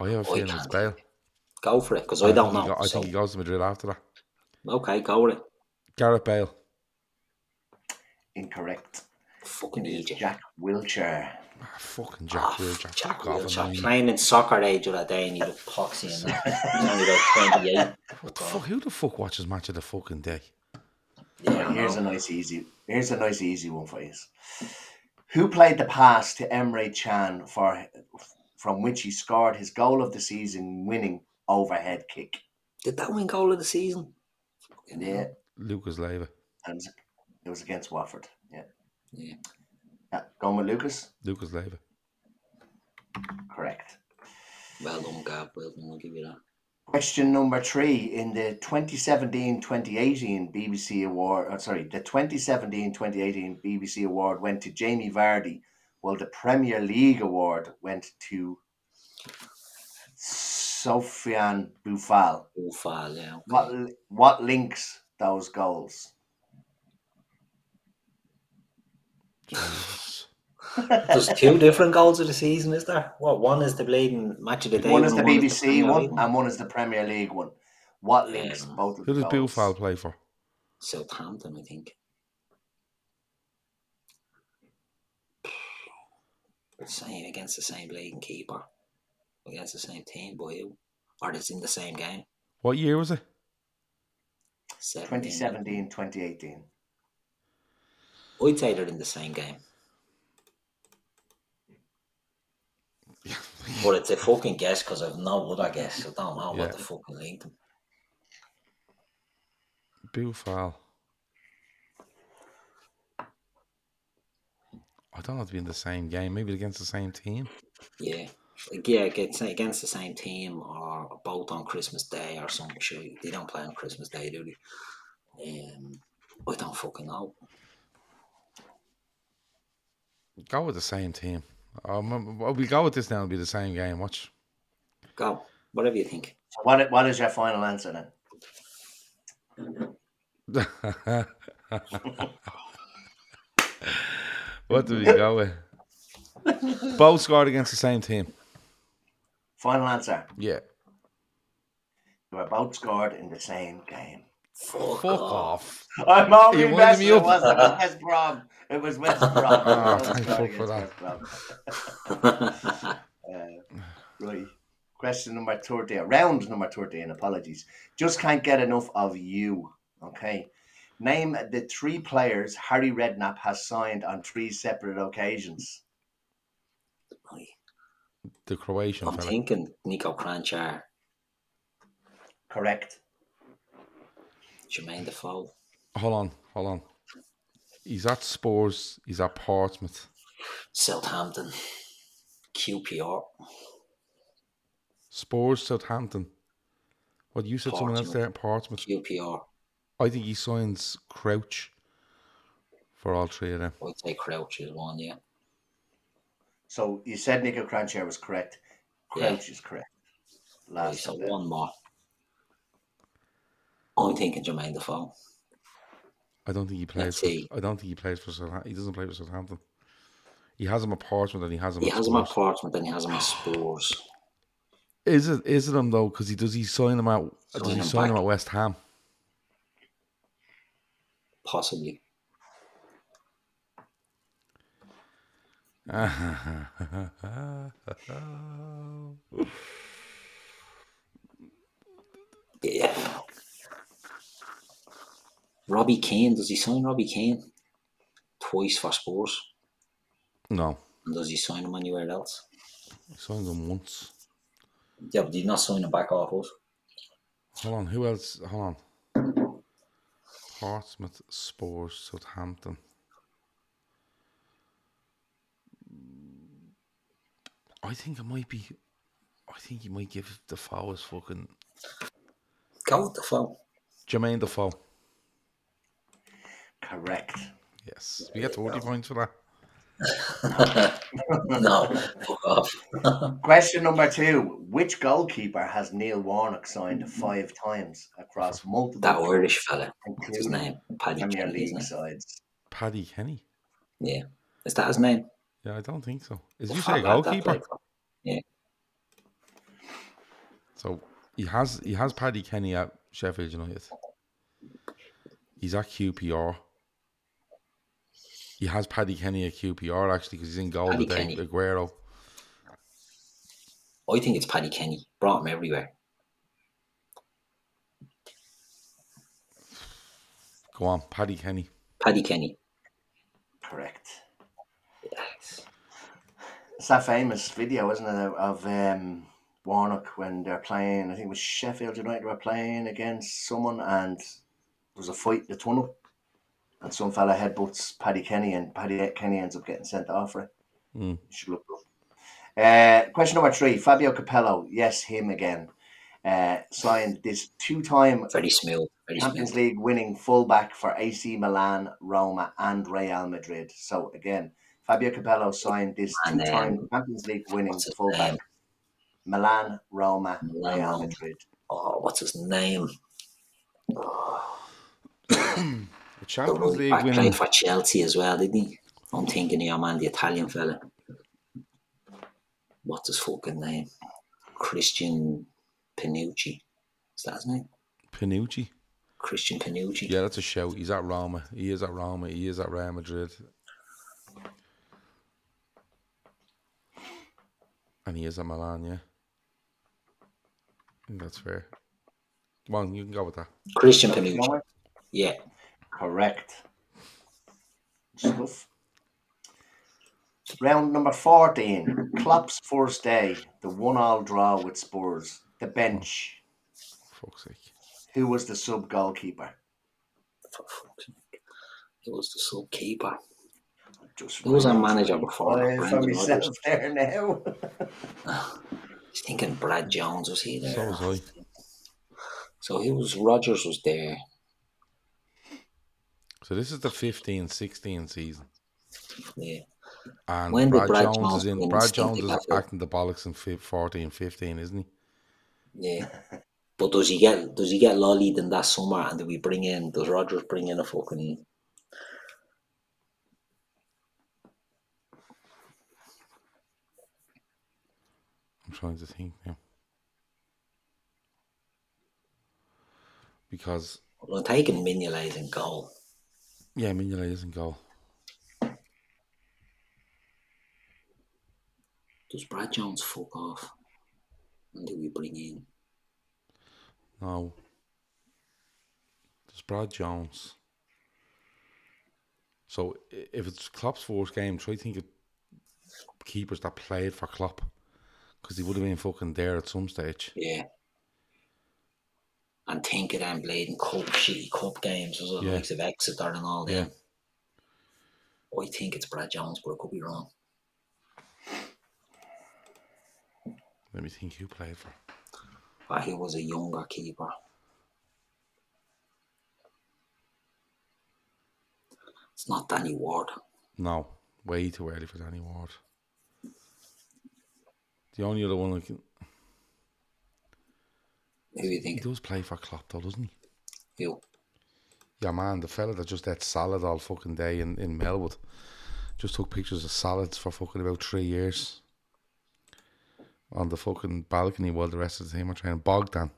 I have a
Oh, he
feeling it's
can't.
Bale.
Go for it, because
I
I
think
don't
he
know.
go- I
so
think he goes to Madrid after that.
Okay, go with it.
Gareth Bale.
Incorrect.
Fucking
It is
Egypt.
Jack Wilshire.
Ah, fucking Jack Wilshere.
Jack
Fuck off,
Wilshere
man.
playing in soccer age of that day and he looked poxy and that. He's only
(laughs)
about 28.
What the fuck? Who the fuck watches Match of the Fucking Day?
Yeah, I
Here's a
know.
nice easy. Here's a nice easy one for you. Who played the pass to Emre Chan for from which he scored his goal of the season, winning overhead kick?
Did that win goal of the season? Fucking
Yeah,
hell.
Lucas Leiva.
and it was- it was against Watford. Yeah,
Yeah.
yeah. Going with Lucas,
Lucas Leiva.
correct.
Well done, Gav. Well done. I'll give you that.
Question number three in the 2017-2018 BBC Award. oh, sorry, the 2017-2018 BBC Award went to Jamie Vardy, while the Premier League Award went to Sofiane Boufal.
All file, yeah.
What li- what links those goals?
Jesus.
There's two different goals of the season, is there? What one is the bleeding match of the day?
One is
and
the BBC
Premier
one,
League
and one is the Premier League one. What links
Yeah.
both of
Who does Bill
those?
Fowl play for?
Southampton, I think. Same against the same league keeper, against the same team, boy. Or it's in the same game.
What year was it?
17.
2017, 2018.
I'd say they're in the same game. but it's a fucking guess because I've no other guess. I don't know
Yeah.
what the fucking league. them.
Bill Fowl. I don't have to be in the same game. Maybe against the same team.
Yeah. Like, Yeah, against, against the same team or both on Christmas Day or some shit. They don't play on Christmas Day, do they? Um, I don't fucking know.
Go with the same team. Um, well, we go with this now. It'll be the same game. Watch.
Go. Whatever you think.
So what i- what is your final answer then?
what do we go with? Both scored against the same team.
Final answer.
Yeah.
They were both scored in the same game. (laughs)
Fuck,
Fuck (laughs)
off.
off.
I'm only
You winded
messing.
me
It
up. (laughs)
wasn't. It was West Brom. It was West Brom.
Ah,
It was
thank
West
fuck for
Brom.
that.
Uh, right. Question number 13. Round number 13. Apologies. Just can't get enough of you. Okay. Name the three players Harry Redknapp has signed on three separate occasions.
The Croatian
I'm
fella.
thinking Nico Cranchar,
Correct.
Jermaine Defoe.
Hold on, hold on. He's at Spurs. He's at Portsmouth.
Southampton, QPR,
Spurs, Southampton. What you said? Someone else there at Portsmouth.
QPR.
I think he signs Crouch for all three of them.
I'd say Crouch is one, yeah.
So you said Nico Crancher was correct.
Yeah.
Crouch is correct.
Right,
Last
so
of it.
one more. I'm thinking Jermaine Defoe.
I don't think he
Let's
plays. For,
see.
I don't think he plays for Southampton. He doesn't play for Southampton. He has him at Portsmouth and he has him.
He
at
has him at
Spurs.
Portsmouth and he has him at Spurs.
Is it is it him though? Because he does he sign him out? Does
Sign
he
him
sign him
back.
at West Ham? (laughs)
Possibly. Yeah. Robbie Kane, does he sign Robbie Kane? Twice for Spurs.
No,
And does he sign him anywhere else?
he signs him once.
Yeah, but he's not signing back off us.
Hold on, who else? Hold on. Portsmouth, Spurs, Southampton. I think it might be. I think he might give Defoe his fucking
Go
(laughs)
with Defoe.
Jermaine Defoe.
Correct.
Yes, we get forty points for that.
No, fuck off.
Question number two. Which goalkeeper has Neil Warnock signed five times across multiple
Mm-hmm. That Irish fella. What's his
including
name? Paddy
Premier
Kenny, isn't
League
it?
sides.
Paddy Kenny.
Yeah. Is that his name?
Yeah, I don't think so. Is
Well,
you
fuck
say
that, that
goalkeeper?
bloke.
So he has he has Paddy Kenny at Sheffield United. He's at QPR. He has Paddy Kenny at QPR actually because he's in goal
Paddy
today.
Kenny.
Aguero.
I think it's Paddy Kenny. Brought him everywhere.
Go on, Paddy Kenny.
Paddy Kenny.
Correct.
Yes.
It's that famous video, isn't it, of um, Warnock when they're playing, I think it was Sheffield United were playing against someone and there was a fight in the tunnel and some fella headbutts Paddy Kenny and Paddy Kenny ends up getting sent off for it.
Mm.
You should look it up. Uh, question number three, Fabio Capello. Yes, him again. Uh, signed this two-time
Very smooth. Very smooth.
Champions League winning fullback for AC Milan, Roma, and Real Madrid. So again, Fabio Capello signed this
And, um,
two-time Champions League winning
what's his
fullback,
name?
Milan, Roma,
Milan,
Real
Roma.
Madrid.
Oh, what's his name?
The
The
Champions
right
League
back
winning.
played for Chelsea as well, didn't he? I'm thinking of your man, the Italian fella. What's his fucking name? Christian Panucci. Is that his name?
Panucci.
Christian Panucci.
Yeah, that's a shout. He's at Roma. He is at Roma. He is at Real Madrid. And he is at Milan, yeah. I think that's fair. Come on, you can go with that.
Christian Panucci.
Roma?
Yeah.
Correct. Stuff. Round number 14, Klopp's first day, the one-all draw with Spurs, the bench.
Fuck's sake.
Who was the sub-goalkeeper?
For fuck's sake. He was the sub keeper.
Just
He was our
right.
manager before. that,
Five for
Brendan
myself
Rodgers.
(laughs) there now.
He's thinking Brad Jones was he there?
So was I.
So he was Rogers was there.
So this is the 15 16 season.
Yeah.
And
When did
Brad,
Brad
Jones,
Jones
is in.
win
Brad
Stinky
Jones is
Bastard?
acting the bollocks in fi- 14 15, isn't he?
Yeah. But does he get does he get lollied in that summer and do we bring in does Rogers bring in a fucking
I'm trying to think now. Because,
well taking Mignolet in goal.
yeah, Mignolet is in goal.
Does Brad Jones fuck off? And do we bring in
No. There's Brad Jones. So i- if it's Klopp's first game, try to think of keepers that played for Klopp. Because he would have been fucking there at some stage.
Yeah. And think of them playing cup shitty cup games as well,
Yeah.
likes of Exeter and all that. I think it's Brad Jones, but I could be wrong.
Let me think who played for.
But he was a younger keeper. It's not Danny Ward.
No, way too early for Danny Ward. The only other one I can.
Who do you
He
think?
does play for Klopp though, doesn't he?
Who?
Yeah, man, the fella that just ate salad all fucking day in, in Melwood just took pictures of salads for fucking about three years on the fucking balcony while the rest of the team were training. Bogdan.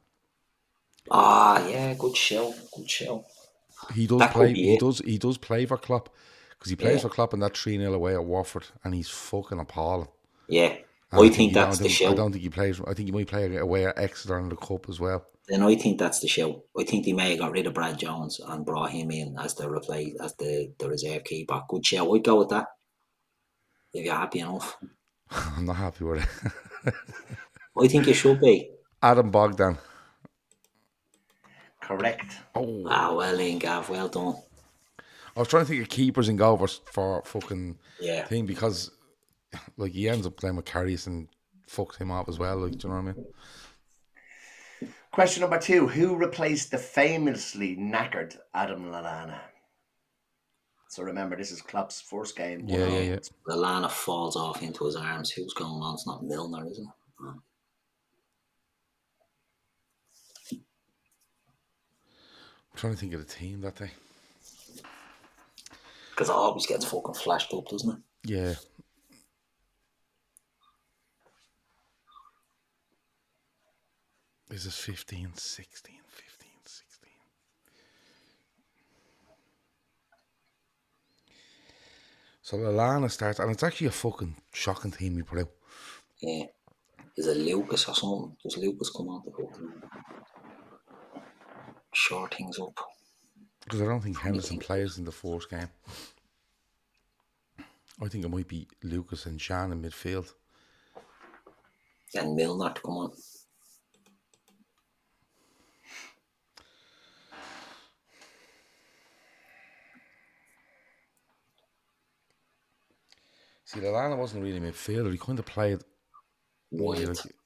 Ah, yeah, good show, good show.
He does
That could
play.
be
He
it.
does. He does play for Klopp because he plays
Yeah.
for Klopp in that three 0 away at Watford, and he's fucking appalling.
Yeah,
And
I think
he- I
that's the
don't- I
show.
don't think he plays. I think he might play away at Exeter in the cup as well. (laughs)
Then I think that's the show. I think they may have got rid of Brad Jones and brought him in as the replace as the, the reserve keeper. Good show. I'd go with that. If you're happy enough.
I'm not happy with it. (laughs)
I think you should be.
Adam Bogdan.
Correct.
Oh,
Ah well then Gav, well done.
I was trying to think of keepers and goalers for fucking
Yeah.
thing because like he ends up playing with Carrius and fucks him up as well. Like, do you know what I mean?
Question number two Who replaced the famously knackered Adam Lallana? So remember, this is Klopp's first game.
Yeah, yeah, yeah.
Lallana falls off into his arms. Who's going on? It's not Milner, is it? Oh,
I'm trying to think of the team that day.
Because it always gets fucking flashed up, doesn't it?
Yeah. This is 15, 16, 15, 16. So Lallana starts, and it's actually a fucking shocking team he put out.
Yeah. Is it Lucas or something? Does Lucas come on the hook? Short things up.
Because I don't think Henderson plays in the fourth game. I think it might be Lucas and Shan in midfield.
And Milner to come on.
See, Lallana wasn't really a midfielder. He kind of played. more
Wide.
like-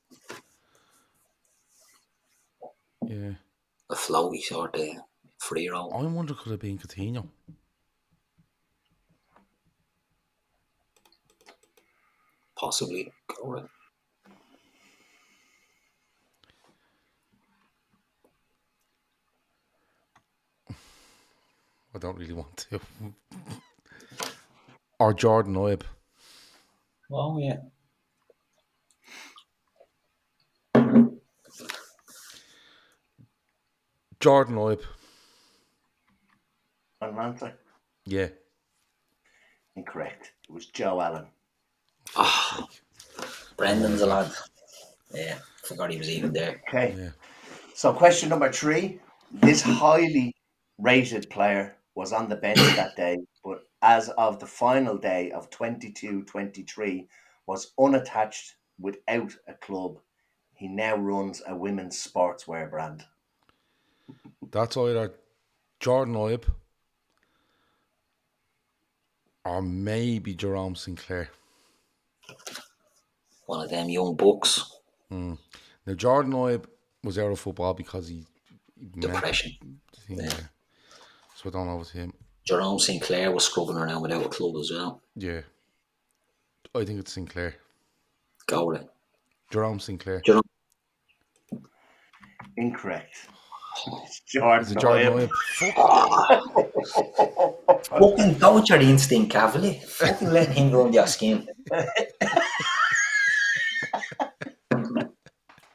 yeah.
A floaty sort of free roll.
I wonder could it have been Coutinho?
Possibly. Or
I don't really want to. (laughs) or Jordan Oib.
Oh yeah.
Jordan Oib.
Van Mantler?
Yeah.
Incorrect. It was Joe Allen.
Ah, Brendan's a lad. Yeah, forgot he was even there.
Okay.
Yeah.
So, question number three this highly rated player was on the
(coughs)
bench that day, but as of the final day of 22 23, was unattached without a club. He now runs a women's sportswear brand.
That's either Jordan Oib or maybe Jerome Sinclair.
One of them young bucks.
Now, Jordan Oib was out of football because he. he met-
Depression.
Yeah. So I don't know if it's him.
Jerome Sinclair was scrubbing around without a club as well.
Yeah. I think it's Sinclair.
Go with it.
Jerome Sinclair.
Jerome.
Incorrect.
(laughs)
It's Jordan.
Is it Jordan
Oyelowo.
Oib?
Fucking go with your instinct, Cavalier. Fucking let him run your skin.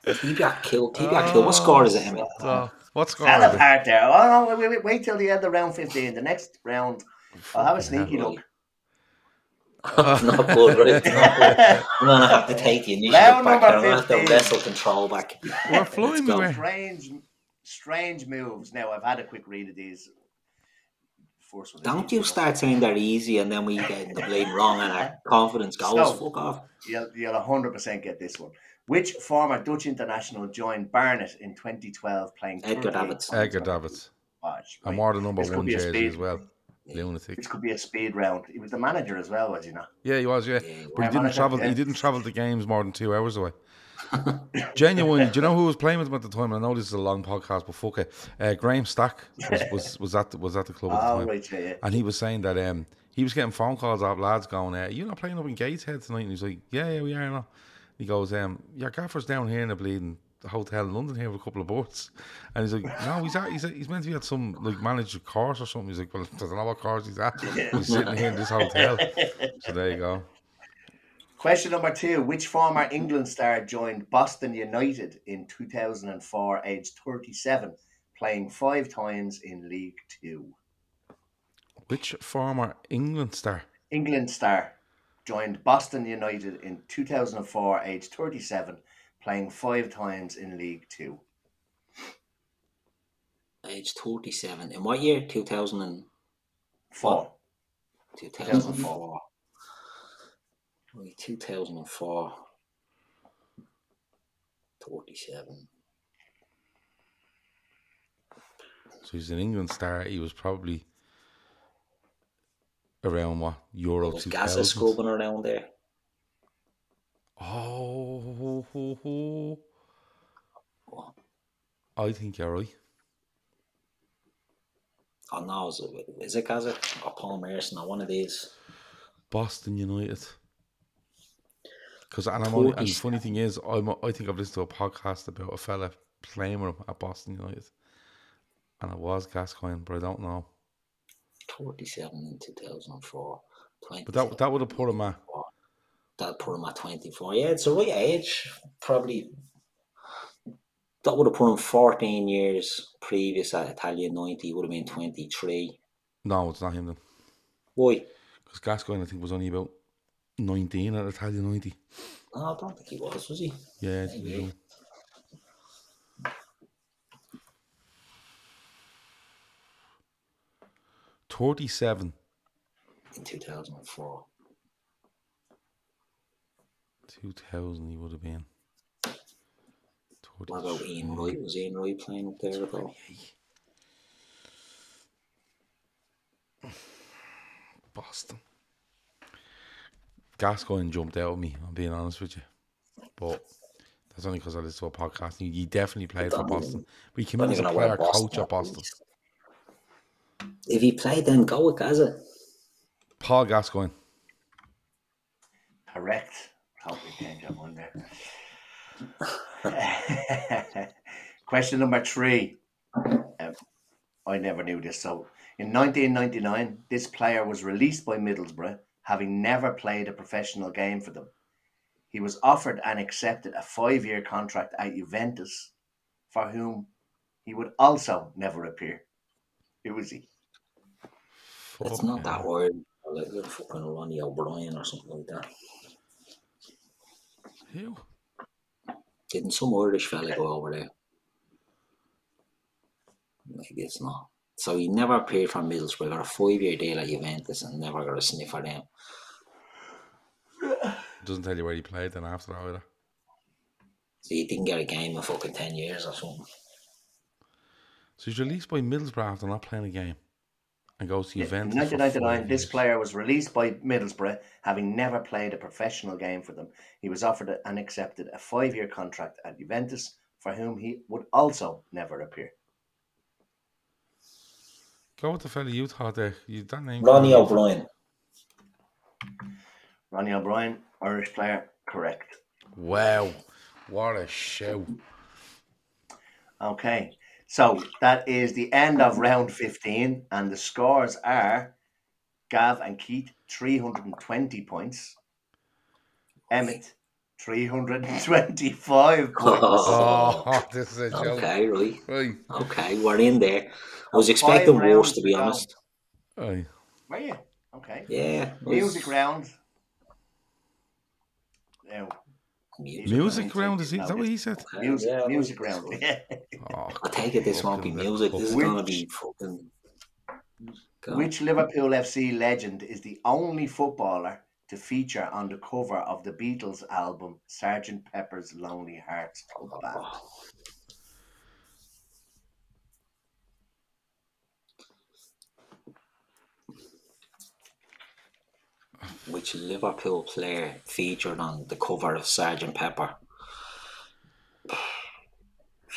Tibiak kill. Tibiak kill. What score is it, Emmett?
Oh, what's going
Fell
on?
apart there. Oh, no, wait, wait, wait till the end of round 15. The next round, I'll have a sneaky look.
(laughs) not good, right? It's not good. I'm gonna have to take the initiative
Round
back.
number
I'm gonna have to
15.
wrestle control back.
We're flying,
Let's go.
we were.
strange, strange moves. Now I've had a quick read of these. First one. is
Don't
easy
you
enough.
start saying they're easy and then we get the blame wrong and our confidence goes.
So-
Fuck off.
You'll you'll hundred percent get this one. Which former Dutch international joined Barnet in 2012 playing?
Edgar
38 points
Davids.
Edgar
for
Davids.
Barnet?
I
Right.
wore the number
This could
one
be a
jersey
speed-
as well.
Yeah.
Lunatic.
This could be a speed round. He was the manager as well, was he not?
Yeah, he was. Yeah,
Yeah,
but
yeah.
he didn't travel.
Yeah.
He didn't travel to games more than two
(laughs)
hours away. Genuinely, do you know who was playing with him at the time? I know this is a long podcast, but fuck it. Uh, Graham Stack was, was, was at the, was at the club at the
Oh,
time,
right, yeah, yeah.
and he was saying that um he was getting phone calls off lads going, uh, "You're not playing up in Gateshead tonight?" And he's like, "Yeah, yeah, we are." Not. He goes, um, "Your gaffer's down here in the bleeding hotel in London here with a couple of boats," and he's like, "No, he's at, he's, at, he's meant to be at some like managed course or something." He's like, "Well, I don't know what course he's at. He's sitting here in this hotel."
(laughs)
So there you go.
Question number two: Which former England star joined Boston United in 2004, aged 37, playing five times in League Two?
Which former England star?
England star joined Boston United in 2004, aged 37, playing five times in League Two.
Age 37. In what year? 2000 and
Four.
2004. Wait, 2004. 47.
So he's an England star. He was probably around what Euro
Was
two
Gaza
thousand.
scrubbing around there?
Oh, ho, ho, ho. I think you're right.
Oh no, is it, is it Gaza or Paul Merson or one of these?
Boston United. Because and, I'm only, and the
Forties.
funny thing is, I'm I think I've listened to a podcast about a fella playing with him at Boston United, and it was Gascoigne, but I don't know.
47 in 2004. 20,
But that that would have put him at
that put him at 24. Yeah, it's the right age. Probably that would have put him 14 years previous at Italian 90. He would have been 23.
no, it's not him then.
Why?
because Gascoigne I think was only about nineteen at the time, ninety.
No, I don't think he was, was he?
Yeah, I think he
Maybe.
was young. Thirty-seven.
In 2004.
2000 he would have been.
What about Ian Wright? Was Ian Wright playing up there at all?
Boston. Gascoigne jumped out at me, I'm being honest with you. But that's only because I listened to a podcast. He he definitely played for
don't even-
Boston. But he came
don't
in as a
even know where
player coach
Boston
at Boston.
is. If he played, then go with Gaza.
Paul Gascoigne.
Correct. Probably change that one there. (laughs) Question number three. Um, I never knew this. So, in 1999, this player was released by Middlesbrough, having never played a professional game for them. He was offered and accepted a five year contract at Juventus, for whom he would also never appear. Who was he?
It's
Fucking
not that word. Like you're fucking Ronnie O'Brien or something like that.
Who?
Didn't some Irish fella go over there? Maybe it's not. So he never appeared for Middlesbrough. Got a five-year deal at Juventus and never got a sniff for them.
Doesn't tell you where he played then after that either.
So he didn't get a game in fucking ten years or something.
So he's released by Middlesbrough after not playing a game. And goes to
In
Juventus. for
1999,
five
this
years.
player was released by Middlesbrough, having never played a professional game for them. He was offered a- and accepted a five year contract at Juventus, for whom he would also never appear.
Go with the fella you thought there. You that name.
Ronnie O'Brien.
Ronnie O'Brien, Irish player, correct.
Wow. What a show.
Okay, so that is the end of round 15, and the scores are Gav and Keith, 320 points, Emmett, 325 points.
(laughs) Oh, this is a joke.
okay, right.
Right.
Okay, we're in there. I was expecting
rounds
worse, to be
to go.
honest.
Aye.
Were you? Okay.
Yeah. it was-
Music round. Now,
Music.
Music
round,
round, is he?
now
Is that what
this-
he said?
Okay,
music,
yeah,
music
well,
round. Yeah.
Oh,
I take it this won't be
fucking
music. This is
Which-
gonna be fucking.
(laughs)
God.
Which Liverpool FC legend is the only footballer to feature on the cover of the Beatles album Sgt. Pepper's Lonely Hearts Club Band?
Oh, Which Liverpool player featured on the cover of Sergeant Pepper? (sighs)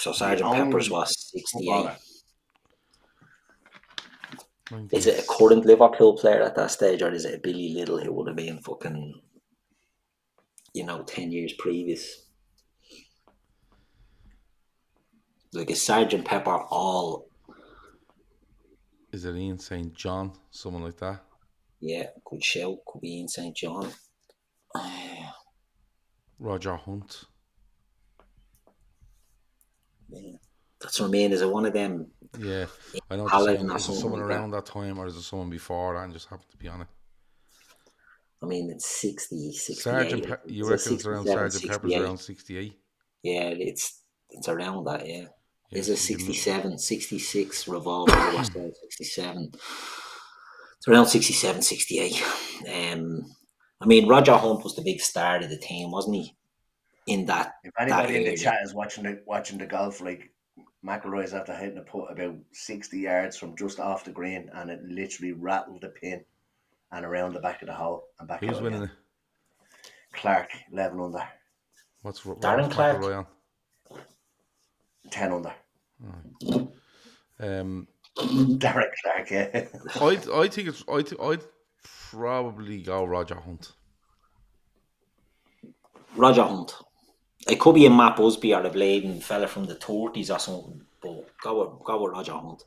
So Sergeant Pepper's
only
was sixty-eight.
footballer.
Oh,
Is it a current Liverpool player at that stage, or is it a Billy Little who would have been fucking, you know, ten years previous? Like is Sergeant Pepper all
Is it Ian St. John? Someone like that?
yeah, could shout, could be in St. John. (sighs) Ah,
Roger Hunt?
yeah. That's what I mean. Is it one of them?
Yeah. I know.
Alan or
Someone, is it
something
someone
like that.
around that time or is it someone before that and just happened to be on it?
I mean, it's 60, 68.
Sergeant
I
Pe-
think.
you
It's
reckon it's around
67,
Sergeant Pepper's
68.
around 68?
Yeah, it's it's around that, yeah.
Yeah,
is it
something like
67, 66 revolver?
(clears throat)
was there, 67. It's around 67, 68. Um, I mean, Roger Hunt was the big star of the team, wasn't he? In that,
If anybody in the
area.
chat is watching the watching the golf league, McElroy's after hitting a putt about sixty yards from just off the green, and it literally rattled the pin and around the back of the hole and back.
that. Who's
out
winning
again.
it?
Clark eleven under,
What's Ro-
Darren
Robert's
Clark.
McElroy on?
ten under.
Um,
Derek Clark, yeah.
I I think it's I th- I'd probably go Roger Hunt.
Roger Hunt. It could be a Matt Busby or a blading fella from the 30s or something, but go with, go with Roger Hunt.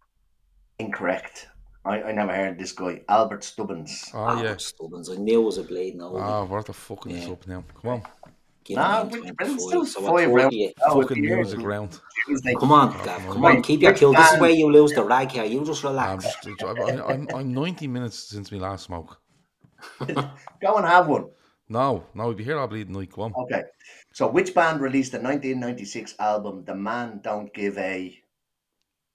(laughs) Incorrect. I, I never heard this guy, Albert Stubbins.
Oh yeah.
Albert Stubbins. I knew it was a blade now.
Ah, we're the fucking this
Ah, Yeah.
up now. Come on,
Nah, we- but it's still five rounds. Oh,
fucking
dear.
music round.
Tuesday.
Come on, Gav. Come on,
Right,
keep your
quick
cool. This is
man. Um,
where you lose the rag here. You just
I'm
relax.
just I'm, I'm, I'm 90 minutes since my last smoke.
Go and have one.
No, no, we'd be here all bleeding night. Go on.
Okay. So, which band released the 1996 album "The Man Don't Give a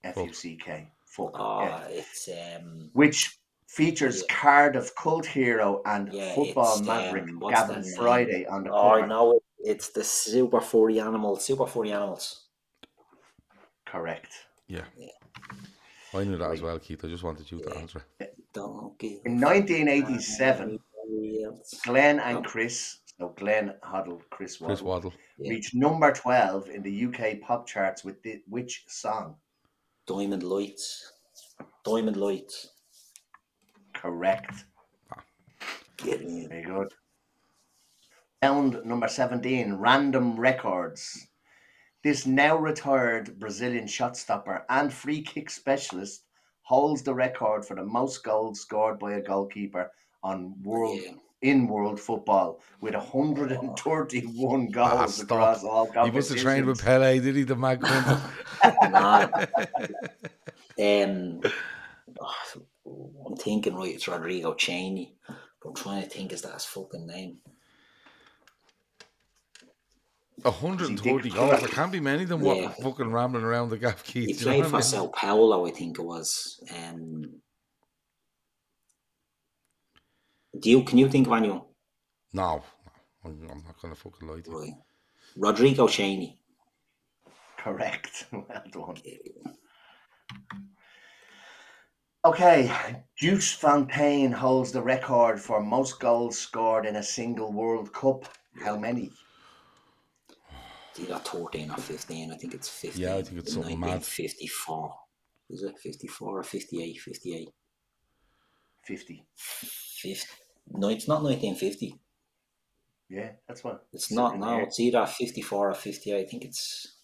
F U C K"? Fuck.
Oh,
yeah.
it's um,
Which features Cardiff cult hero and
yeah,
football
it's,
maverick
um, what's
Gavin
that name?
Friday on the
Oh,
cover.
no, it- it's the super furry animals. Super furry animals.
Correct.
Yeah. I knew that as well, Keith. I just wanted you to answer. it.
Don't give
In 1987,
anybody else.
Glenn and Chris, so Glenn Hoddle, Chris Waddle,
Chris Waddle.
Yeah.
reached number 12 in the UK pop charts with the, which song?
Diamond lights. Diamond lights.
Correct.
Get in.
Very good. Round number 17, Random Records. This now retired Brazilian shot stopper and free kick specialist holds the record for the most goals scored by a goalkeeper on world
Yeah.
in world football with 131 goals
Ah,
across all
stop. He
competitions.
must have trained with Pele, did he, the mad
(laughs)
cunt?
Nah. um, oh, I'm thinking, right, it's Rodrigo Cheney. But I'm trying to think, is that his fucking name?
130 goals. There can't be many of them wa-
Yeah.
fucking rambling around the gap,
He
Keith. do You
played
know
for
what I mean?
Sao Paulo, I think it was. Um, do you can you think of anyone?
No, I'm I'm not going to fucking lie to you.
Right. Rodrigo Cheney.
Correct. (laughs) Well done. Okay, Juice Fontaine holds the record for most goals scored in a single World Cup. How many?
He got 14 or 15. I think it's 15.
Yeah, I think it's
in
something mad.
1954. Is it 54 or 58? 58.
50.
Fif- No, it's not 1950.
Yeah, that's one.
It's not now. It's either 54 or 50. I think it's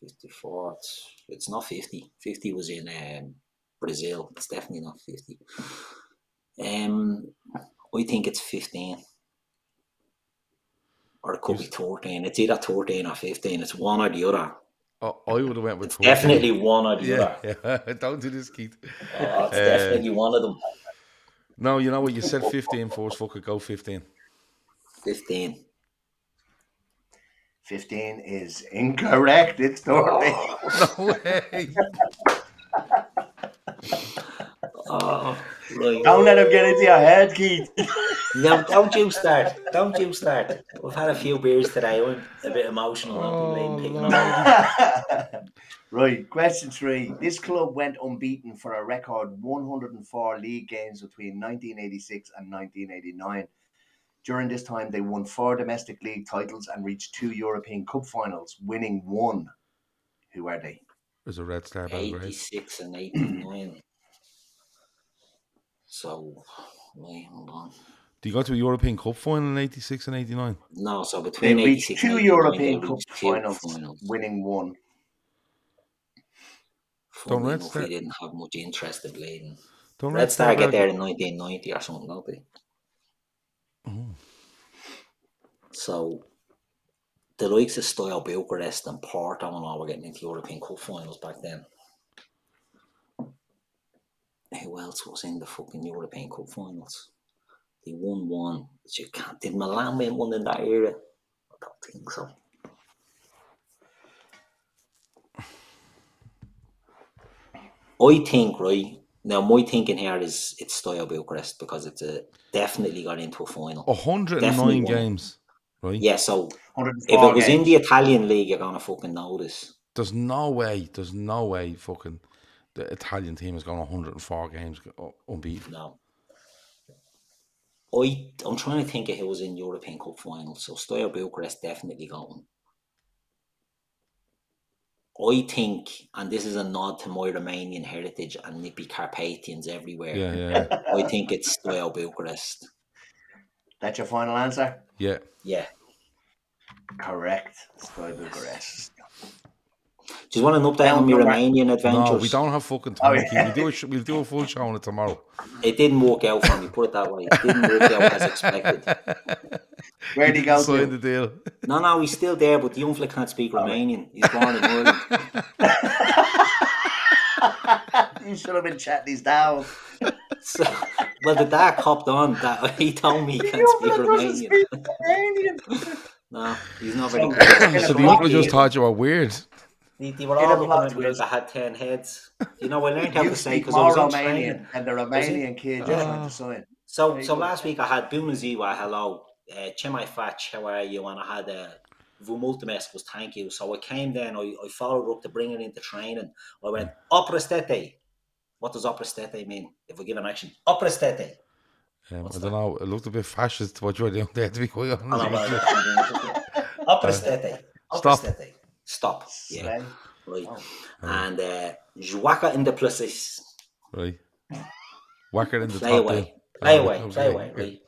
54. It's, it's not 50. 50 was in um, Brazil. It's definitely not 50. Um, I think it's 15. Or it could be 14. It's either 14 or 15. It's one or the other.
Oh, I would have went with
It's
14.
definitely one or the
(laughs) Yeah,
other.
yeah. (laughs) Don't do this, Keith.
Oh, it's
(laughs) Uh,
definitely one of them.
No, you know what? You said 15 first. Fuck it, go 15.
15.
15 is incorrect. It's 14.
(laughs) No
(laughs)
way. (laughs)
Oh, right.
Don't let him get into your head, Keith.
No, don't you start. Don't you start. We've had a few beers today. I'm a bit emotional. I'll be late picking up.
(laughs) right, question three. This club went unbeaten for a record 104 league games between 1986 and 1989. During this time, they won four domestic league titles and reached two European Cup finals, winning one. Who are they?
There's a red star Belgrade.
(clears throat)
86 and 89. So, wait, hold on.
Do you go to a European Cup final in 86 and 89?
No, so
They
between
reached
86
two
and 89,
European
they
Cup
reached two
finals, winning one.
Funnily
Don't Red
enough,
Star-
they didn't have much interest in playing.
Don't
Red Star get
Belgrade-
there in 1990 or something, don't they? So the likes of Stoyal Bucharest and Porto and all were getting into European Cup finals back then. Who else was in the fucking European Cup finals? They won one. But you can't. Did Milan win one in that era? I don't think so. I think right now my thinking here is it's Stoyal Bucharest because it's a, definitely got into a final.
109
Definitely won.
games, right?
Yeah, so if
104
it was in
games.
the Italian league, you're gonna fucking notice.
There's no way, there's no way fucking the Italian team has gone 104 games uh, unbeaten.
No. I I'm trying to think of who was in European Cup finals. So Steaua Bucharest definitely got one. I think, and this is a nod to my Romanian heritage and nippy Carpathians everywhere.
Yeah, yeah,
(laughs)
yeah.
I think it's Steaua Bucharest.
That's your final answer?
yeah.
Yeah.
Correct. Sky Bucharest.
Do you want an update
Down
on my
number-
Romanian adventures?
No, we don't have fucking time.
Oh,
Keith.
yeah.
We do a sh- we'll do a full show on it tomorrow.
It didn't work out for me, put it that way. It didn't work out as expected.
(laughs)
Where'd he
(laughs)
go (laughs)
Sign
to?
the deal.
No, no, he's still there, but the young fella can't speak Romanian. He's born in Ireland.
You should have been chatting these down.
So, well, the dad hopped on that he told me he can't speak Romanian.
(laughs)
no, he's not
(coughs)
very good.
so the uncle just thought you were weird.
They, they were
In a
all looking
plot
at me like
twist.
I had 10 heads. You know, I learned how
You
to say
speak
because I
more
was on training.
Romanian, and the Romanian kid just went
Oh.
to sign.
So,
There
so
you go.
last week I had Bună ziua, hello, uh, ce mai faci, how are you, and I had uh, vă mulțumesc was thank you. So I came then, I, I followed up to bring it into training. I went, oprestete. What does oprestete mean if we give an action? Oprestete.
Um, I
What's
don't know. It looked a bit fascist what you were doing there. To be quite
I don't
honest,
know
with you.
about Oprestete.
Stop.
Oprestete. Stop. Yeah.
Slay.
(laughs) Right.
Oh.
And uh, Joaca in the places.
right? Whack it in the
Play
top.
away.
then.
Play
Oh,
away. Play
okay.
away. Right.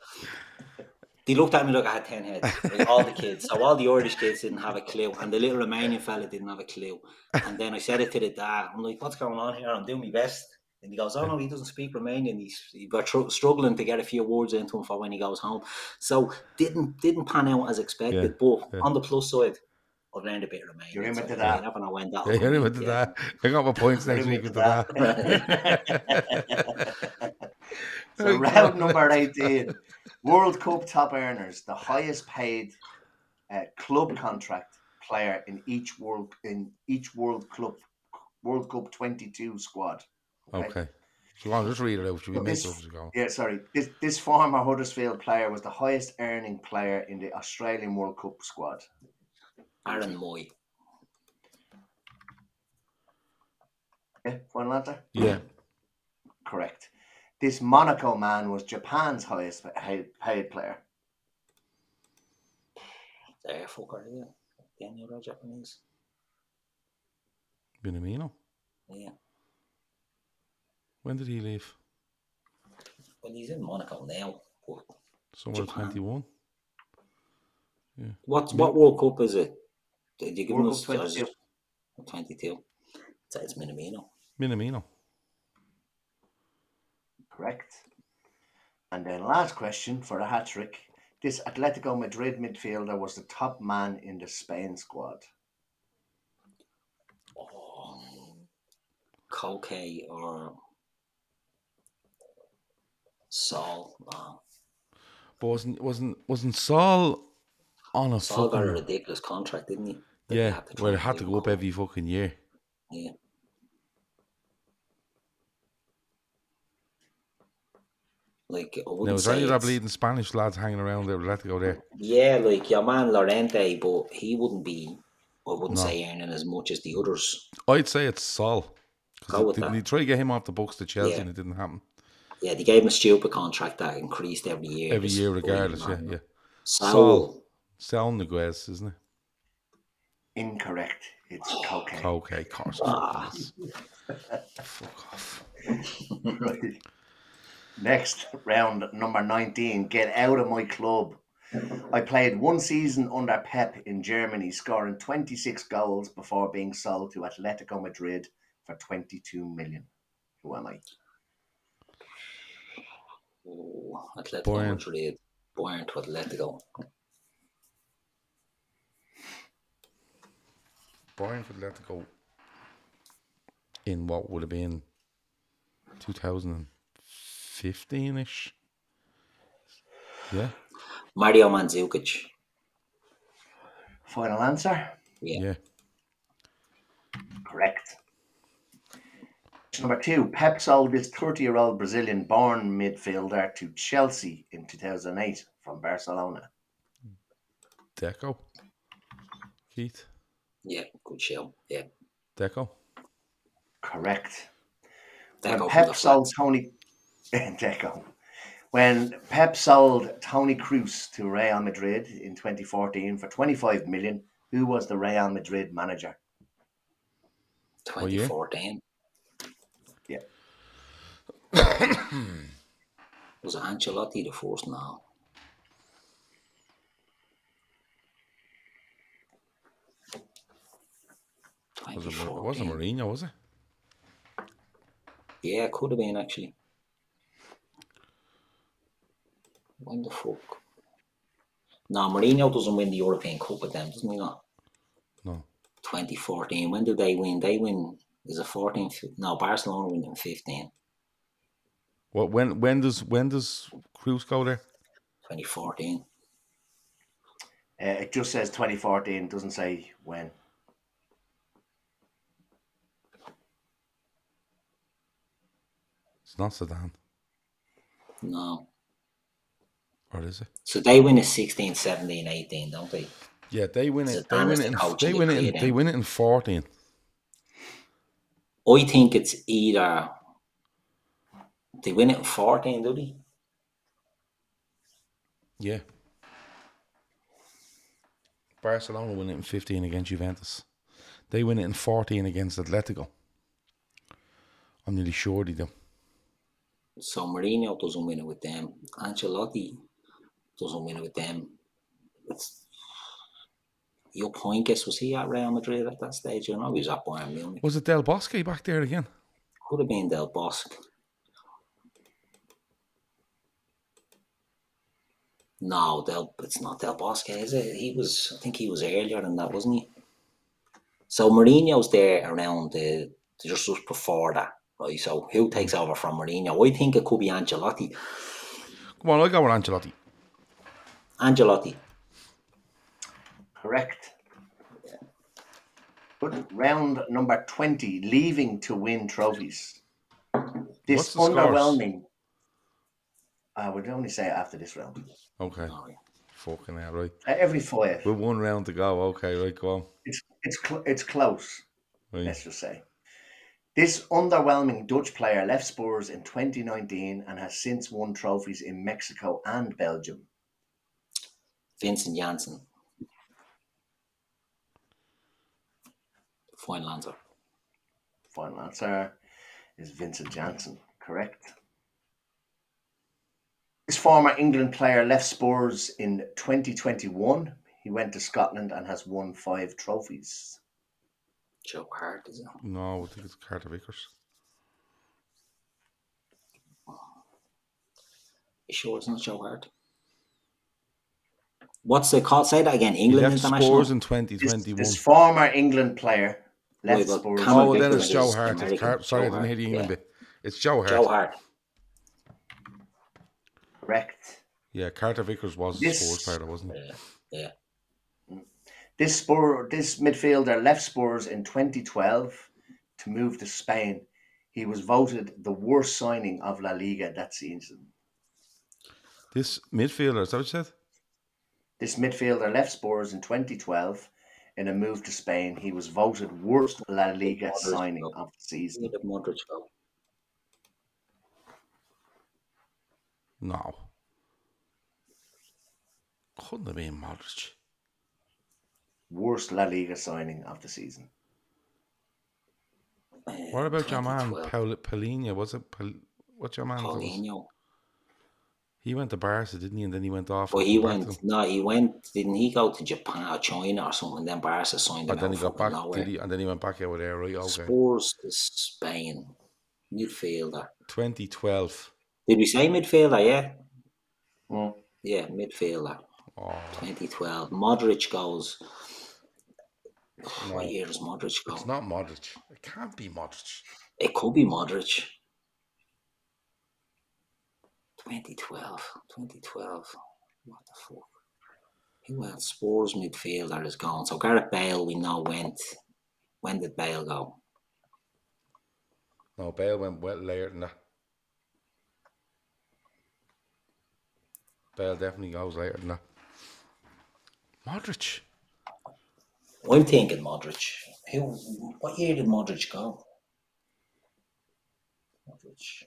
They looked at me like I had 10 heads. Like all the kids. So all the Irish kids didn't have a clue. And the little Romanian fella didn't have a clue. And then I said it to the dad. I'm like, what's going on here? I'm doing my best. And he goes, oh no, he doesn't speak Romanian. He's he got tr- struggling to get a few words into him for when he goes home. So didn't didn't pan out as expected. But
yeah.
on the plus side, I've learned a bit of Romanian.
You're in
so
with the
you
dad.
never know when
Yeah,
that'll
(laughs) you're
come
in
in,
with the
yeah. (laughs)
dad. I got my points next
You're in
week
with
with
the
the dad. (laughs)
So round number 18, World Cup top earners, the highest paid uh, club contract player in each world in each World Club World Cup 22 squad.
Okay. So go on, just read it out. Should we
But
make
this-
it up as we go?
Yeah, sorry. This this former Huddersfield player was the highest earning player in the Australian World Cup squad.
Aaron Moy.
Yeah, eh? one answer.
Yeah.
Correct. This Monaco man was Japan's highest pa- paid player.
There, fucker, yeah. Daniel Roy Japanese.
Benamino.
Yeah.
When did he leave?
Well, he's in Monaco now. What-
Somewhere
Japan.
21.
What what World Cup is it? Did you give
World
us
Cup 22.
Twenty two. So it's Minamino.
Minamino.
Correct. And then last question for a hat trick. This Atletico Madrid midfielder was the top man in the Spain squad.
Koke or Saul. No.
But wasn't wasn't wasn't Saul on a
Saul got a
fucking
ridiculous contract, didn't he? That they
yeah?
try
Well, it
and
had to
do.
go up every fucking year.
Yeah. Like I wouldn't
Now, is there
say
any of that
it's-
bleeding Spanish lads hanging around that would let to go there?
Yeah, like your man Lorente, but he wouldn't be, I wouldn't
No.
say earning as much as the others.
I'd say it's Saul.
Go with
Because didn't
that.
he try to get him off the books to Chelsea
Yeah.
and it didn't happen?
Yeah, they gave him a stupid contract that increased every year.
Every
It's
year,
fucking
regardless. Yeah,
mad.
yeah.
Saul,
Saul. Sal Niguez, isn't it?
Incorrect. It's cocaine.
Okay, of course.
Ah.
Fuck off.
Right. (laughs) Next round, number 19. Get out of my club. I played one season under Pep in Germany, scoring 26 goals before being sold to Atletico Madrid for 22 million. Who am I?
oh, Atletico
Bayern.
Madrid, Bayern to Atletico.
Bayern would let go in what would have been 2015 ish. Yeah,
Mario Mandzukic.
Final answer?
Yeah.
yeah.
Correct. Number two, Pep sold this 30 year old Brazilian born midfielder to Chelsea in 2008 from Barcelona.
Deco. Keith.
Yeah, good show. Yeah.
Deco.
Correct.
Deco from
when
the
Pep sold
flats.
Tony (laughs) Deco, when Pep sold Tony Cruz to Real Madrid in 2014 for 25 million, who was the Real Madrid manager?
yeah.
2014.
Yeah.
(coughs) Was it Ancelotti the first now?
Was it, Mou- it wasn't Mourinho, was it?
Yeah, it could have been actually. When the fuck? No, Mourinho doesn't win the European Cup with them, doesn't he? Not
No.
2014. When did they win? They win. Is it 14? fif- No, Barcelona win in 15.
What when when does when does Cruz go there?
2014.
Uh, it just says 2014, doesn't say when.
It's not Sedan,
No.
or is it?
So they win it 16, 17, 18, don't they?
Yeah, they win it. They
Zidane is
win
the
it. In,
coach
they
and
win
they
it. In,
create
they
him.
win it in fourteen.
I think it's either they win it in 14, do they?
Yeah. Barcelona win it in fifteen against Juventus. They win it in fourteen against Atletico. I'm nearly sure they do.
So Mourinho doesn't win it with them. Ancelotti doesn't win it with them. It's, your point guess was he at ah, Real Madrid at that stage? You know, he was at Bayern Munich.
Was it Del Bosque back there again?
Could have been Del Bosque. No, Del, it's not Del Bosque, is it? He was, I think he was earlier than that, wasn't he? So Mourinho's there around the just just before that, right? So who takes over from Mourinho? I think it could be Ancelotti.
Come on, I go with Ancelotti.
Angelotti.
Correct. But round number 20, leaving to win trophies.
What's
This
the scores?
underwhelming. I would Uh, only say after this round.
Okay.
Sorry.
Fucking hell, right.
Uh, every five.
We're one round to go. Okay, right, go on.
It's, it's, cl- it's close. let's
Right.
just say. This underwhelming Dutch player left Spurs in 2019 and has since won trophies in Mexico and Belgium.
Vincent Janssen. Fine answer.
Final answer is Vincent Janssen, correct? This former England player left Spurs in 2021. He went to Scotland and has won five trophies.
Joe Hart is it?
No, I think it's Carter Vickers.
You sure it's not Joe Hart? What's it called? Say that again.
He
England
left
International.
Spurs in
This,
2021.
this former England player left
Wait, but
Spurs.
Cameron
oh, then
Vickers
it's Joe
is
Hart. It's
American.
Car- Sorry, I
Joe
didn't hear the
Hart,
England
yeah.
bit. It's Joe Hart.
Joe Hart.
correct.
Yeah, Carter Vickers was a
This-
Spurs player, wasn't he?
Yeah. yeah.
This Spur, this midfielder left Spurs in 2012 to move to Spain. He was voted the worst signing of La Liga that season.
This midfielder, is that what you said?
This midfielder left Spurs in 2012 in a move to Spain. He was voted worst La Liga signing of the
Where
season.
did Modric go?
No. Couldn't have been Modric.
Worst La Liga signing of the season.
Uh,
What about your man,
2012?
Paul- Paulinho? Was it Paul- what's your man? that was-
Paulinho.
He went to Barca, didn't he? And then he went off.
Well,
and
he
came back to
went.
them.
No, he went. Didn't he go to Japan or China or something? Then Barca signed him.
But then
out
he
of
got
fucking
back,
nowhere.
did he? And then he went back over there, right? Okay.
Spurs to Spain. Midfielder.
2012.
Did we say midfielder? Yeah.
Mm.
Yeah, midfielder.
Hmm. Oh,
2012. Modric goes. What
no.
year does Modric go?
It's not Modric. It can't be Modric.
It could be Modric. 2012. 2012. What the fuck? Who else? Spurs midfielder is gone. So Gareth Bale, we know went. When did Bale go?
No, Bale went well later than that. Bale definitely goes later than that. Modric.
I'm thinking Modric. Who? What year did Modric go? Modric.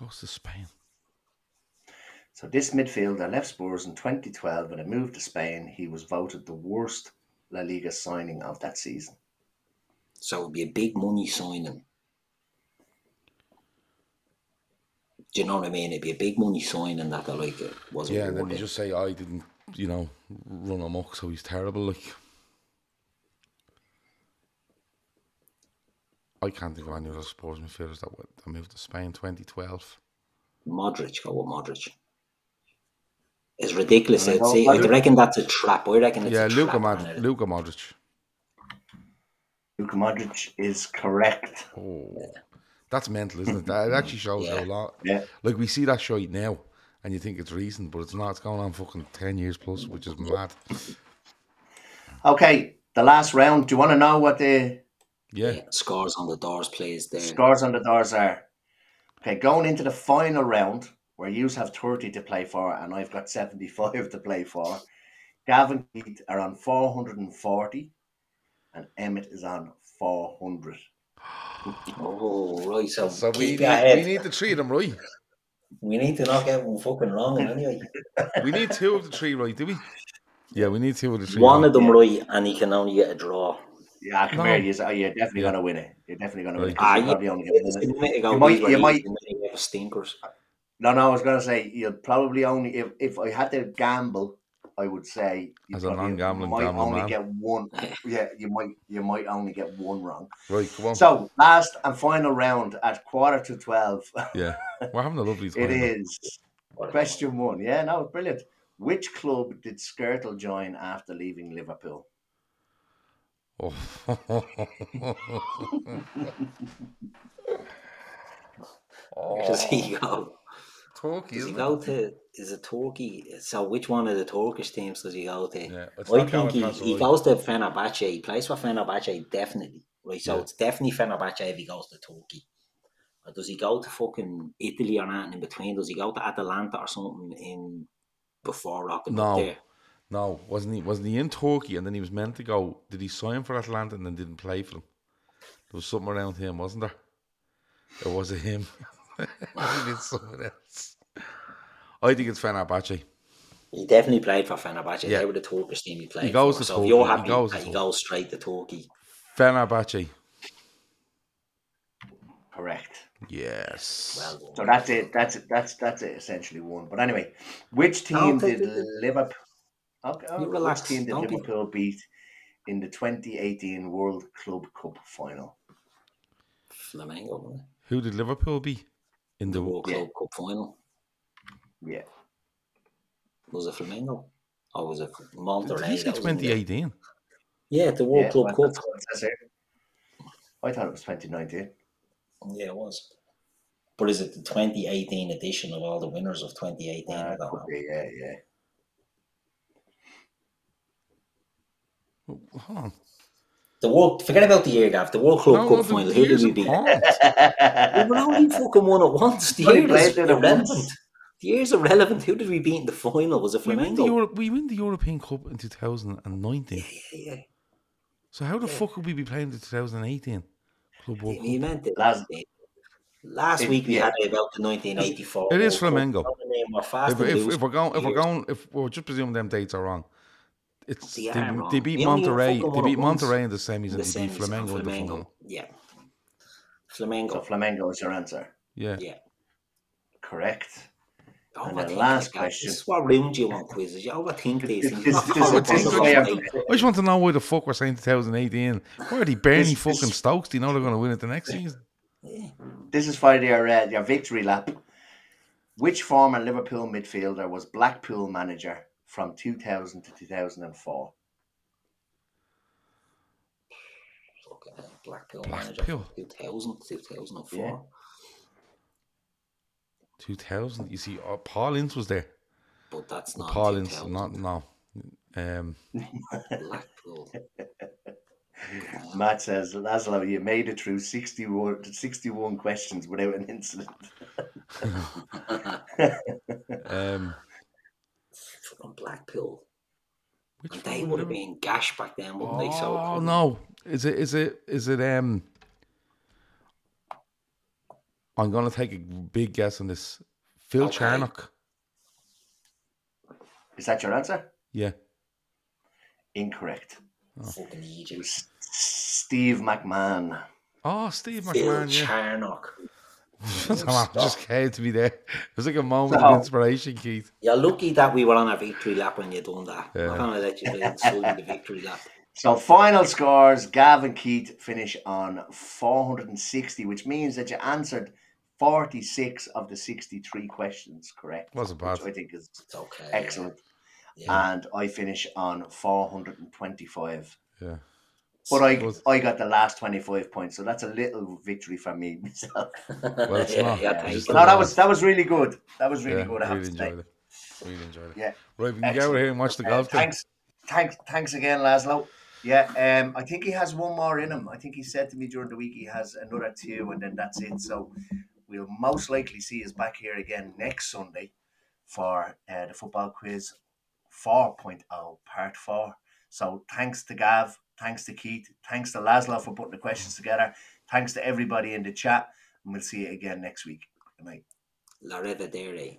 Goes to Spain.
So this midfielder left Spurs in 2012 in a move to Spain. He was voted the worst La Liga signing of that season.
So it would be a big money signing. Do you know what I mean? It'd be a big money signing that I like it wasn't
Yeah, and then
worth
you
it.
just say, I didn't, you know, run amok, so he's terrible. Like, I can't think of any other sports midfielders that, went, that moved to Spain 2012.
Modric, go with Modric. It's ridiculous.
And I
I'd
don't
say,
like
I
it.
reckon that's a trap. I reckon it's
yeah,
a
Luka,
trap.
Mod- Luka Modric.
Luka Modric is correct.
Oh, that's mental,
(laughs)
isn't it? That it actually shows how
Yeah.
a lot.
Yeah.
Like we see that shite now, and you think it's recent, but it's not. It's going on fucking ten years plus, which is mad.
Okay, the last round. Do you want to know what the
Yeah.
Yeah, scores on the doors, please. There.
scores on the doors are? Okay, going into the final round where you have 30 to play for and I've got 75 to play for. Gavin Keith are on 440 and Emmett is on 400.
Oh, right. So,
So we
keep
need,
your head.
we need the three of them right.
we need to not get one fucking wrong anyway.
We need two of the three right, do we? Yeah, we need two of the three.
One
right.
of them right, and he can only get a draw.
Yeah, come
No.
here. You're, oh, you're definitely
Yeah.
going to win it. You're definitely going to win it.
Right.
'cause
Ah,
you're
you-
probably only gonna win it.
You might,
You might- you might-
stinkers.
No, no, I was going to say you'll probably only if, if I had to gamble, I would say you
As a
probably
non-gambling
might
gambling
only
man.
get one. Yeah, you might you might only get one wrong.
Right, come on.
So last and final round at quarter to twelve.
yeah, we're having a lovely
(laughs)
time.
it is question one. Yeah, no, brilliant. Which club did Skirtle join after leaving Liverpool?
(laughs) Oh. Oh.
(laughs) Where does he go?
Turkey,
Does he
isn't
go
it?
to? Is it Turkey? So which one of the Turkish teams does he go to?
Yeah, it's
I
not going
think he,
past
he
Roy.
goes to Fenerbahce. He plays for Fenerbahce definitely. Right, so it's definitely Fenerbahce if he goes to Turkey. Or does he go to fucking Italy or anything in between? Does he go to Atalanta or something in before rocking up
No.
there?
No, wasn't he? Wasn't he in Turkey and then he was meant to go? Did he sign for Atlanta and then didn't play for them? There was something around him, wasn't there? It was it him. (laughs) it's someone else. I think it's Fenerbahce.
He definitely played for Fenerbahce.
Yeah.
They were the Turkish team he played.
goes
for.
to
so
Turkey,
if you're
he
happy,
goes to
he
Turkey.
goes straight to Turkey.
Fenerbahce.
Correct.
Yes.
Well done.
So that's it. That's it. That's that's it. Essentially one. But anyway, which
No,
team
take
did
it-
Liverpool? Okay,
You
okay,
relax,
Which team did
don't be-
Liverpool beat in the 2018 World Club Cup final?
Flamengo wasn't it?
Who did Liverpool be in
the
the?
World
Yeah.
Club Cup final.
Yeah,
Was it Flamengo? Or was it
Did
Monterrey?
he say
that was in the-
2018?
Yeah, the World
yeah,
Club
well,
Cup.
that's what it says here. I thought it was 2019.
Yeah, it was. But is it the 2018 edition of all the winners of 2018? I
Uh,
don't know.
could be, yeah, yeah.
Oh, Hold on.
The World, forget about the year, Gav. The World Club
No, no,
Cup
the
final. Who did
years
we
are
beat? (laughs)
gone.
We were only fucking won at once. The
Only
year
played
is
there at once.
irrelevant. The year is irrelevant. Who did we beat in the final? Was it
We win the
Flamengo?
Euro- we win the European Cup in 2019.
Yeah,
So how the fuck would we be playing the 2018 Club World
he
Cup?
meant it.
Last-
Last, last
It-
week we
yeah.
had it about the 1984.
It is
World Cup.
Flamengo.
Don't name our fast
If,
and
if,
loose
if we're going, if we're
years.
going, if we're just presuming them dates are wrong, it's
They
they,
are wrong.
they beat
They only fucking
Monterrey. They
won
beat
it once.
Monterrey in the semis
The
and they beat
semis and
Flamengo in the final.
Yeah.
So
Flamengo.
Flamengo is your answer.
Yeah.
Yeah.
Correct.
Don't
And then
overthink
last
it, guys.
question.
This is what room do you want quizzes? You overthink these things.
This-
Not
this-
follow
this is
follow
why
follow.
I'm-
I just want to know why the fuck we're saying 2018. Why are they barely
This- this-
fucking Stokes? Do you know they're going to win it the next season?
This is for your uh, your victory lap. Which former Liverpool midfielder was Blackpool manager from 2000 to 2004?
Fucking Blackpool
Blackpool.
manager. 2000, 2004.
2000. You see, uh, Paul Ince was there.
But that's not
Paul Ince,
2000.
not no. Um,
Blackpool.
Matt says, Laszlo, you made it through 61, 61 questions without an incident.
um,
Fucking Blackpool.
which
And they
one
would have
did-
been gash back then, wouldn't they? So it
Oh
couldn't-
no! Is it? Is it? Is it? Um, I'm gonna take a big guess on this. Phil
Okay.
Charnock.
Is that your answer?
Yeah.
Incorrect.
Fucking
It
Egypt.
was S- Steve McMahon.
Oh, Steve
Phil
McMahon. Yeah.
Charnock.
(laughs) Somehow it just came to be there. It was like a moment
No.
of inspiration, Keith.
You're lucky that we were on a victory lap when you done that.
Yeah.
I'm gonna let you do it, solely the victory lap.
So final scores, Gav and Keith finish on 460, which means that you answered 46 of the 63 questions correct.
Wasn't bad.
Which I think is
It's okay.
excellent.
Yeah.
And I finish on 425.
Yeah.
But I,
But-
I got the last 25 points, so that's a little victory for me (laughs) myself.
(laughs)
Well, it's
Yeah,
not.
yeah,
It's
thank
just
you.
the
no, that
last.
was that was really good. That was really
Yeah,
good. I have
really
to say.
enjoyed it. Really enjoyed it.
Yeah.
Right, we can go
Excellent.
over here and watch the
Uh,
golf. then.
thanks, thanks, thanks again, Laszlo. Yeah, um, I think he has one more in him. I think he said to me during the week he has another two, and then that's it. So we'll most likely see us back here again next Sunday for uh, the football quiz 4.0 part four. So thanks to Gav, thanks to Keith, thanks to Laszlo for putting the questions together. Thanks to everybody in the chat, and we'll see you again next week. Good night.
La Revedere.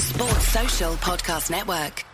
Sports Social Podcast Network.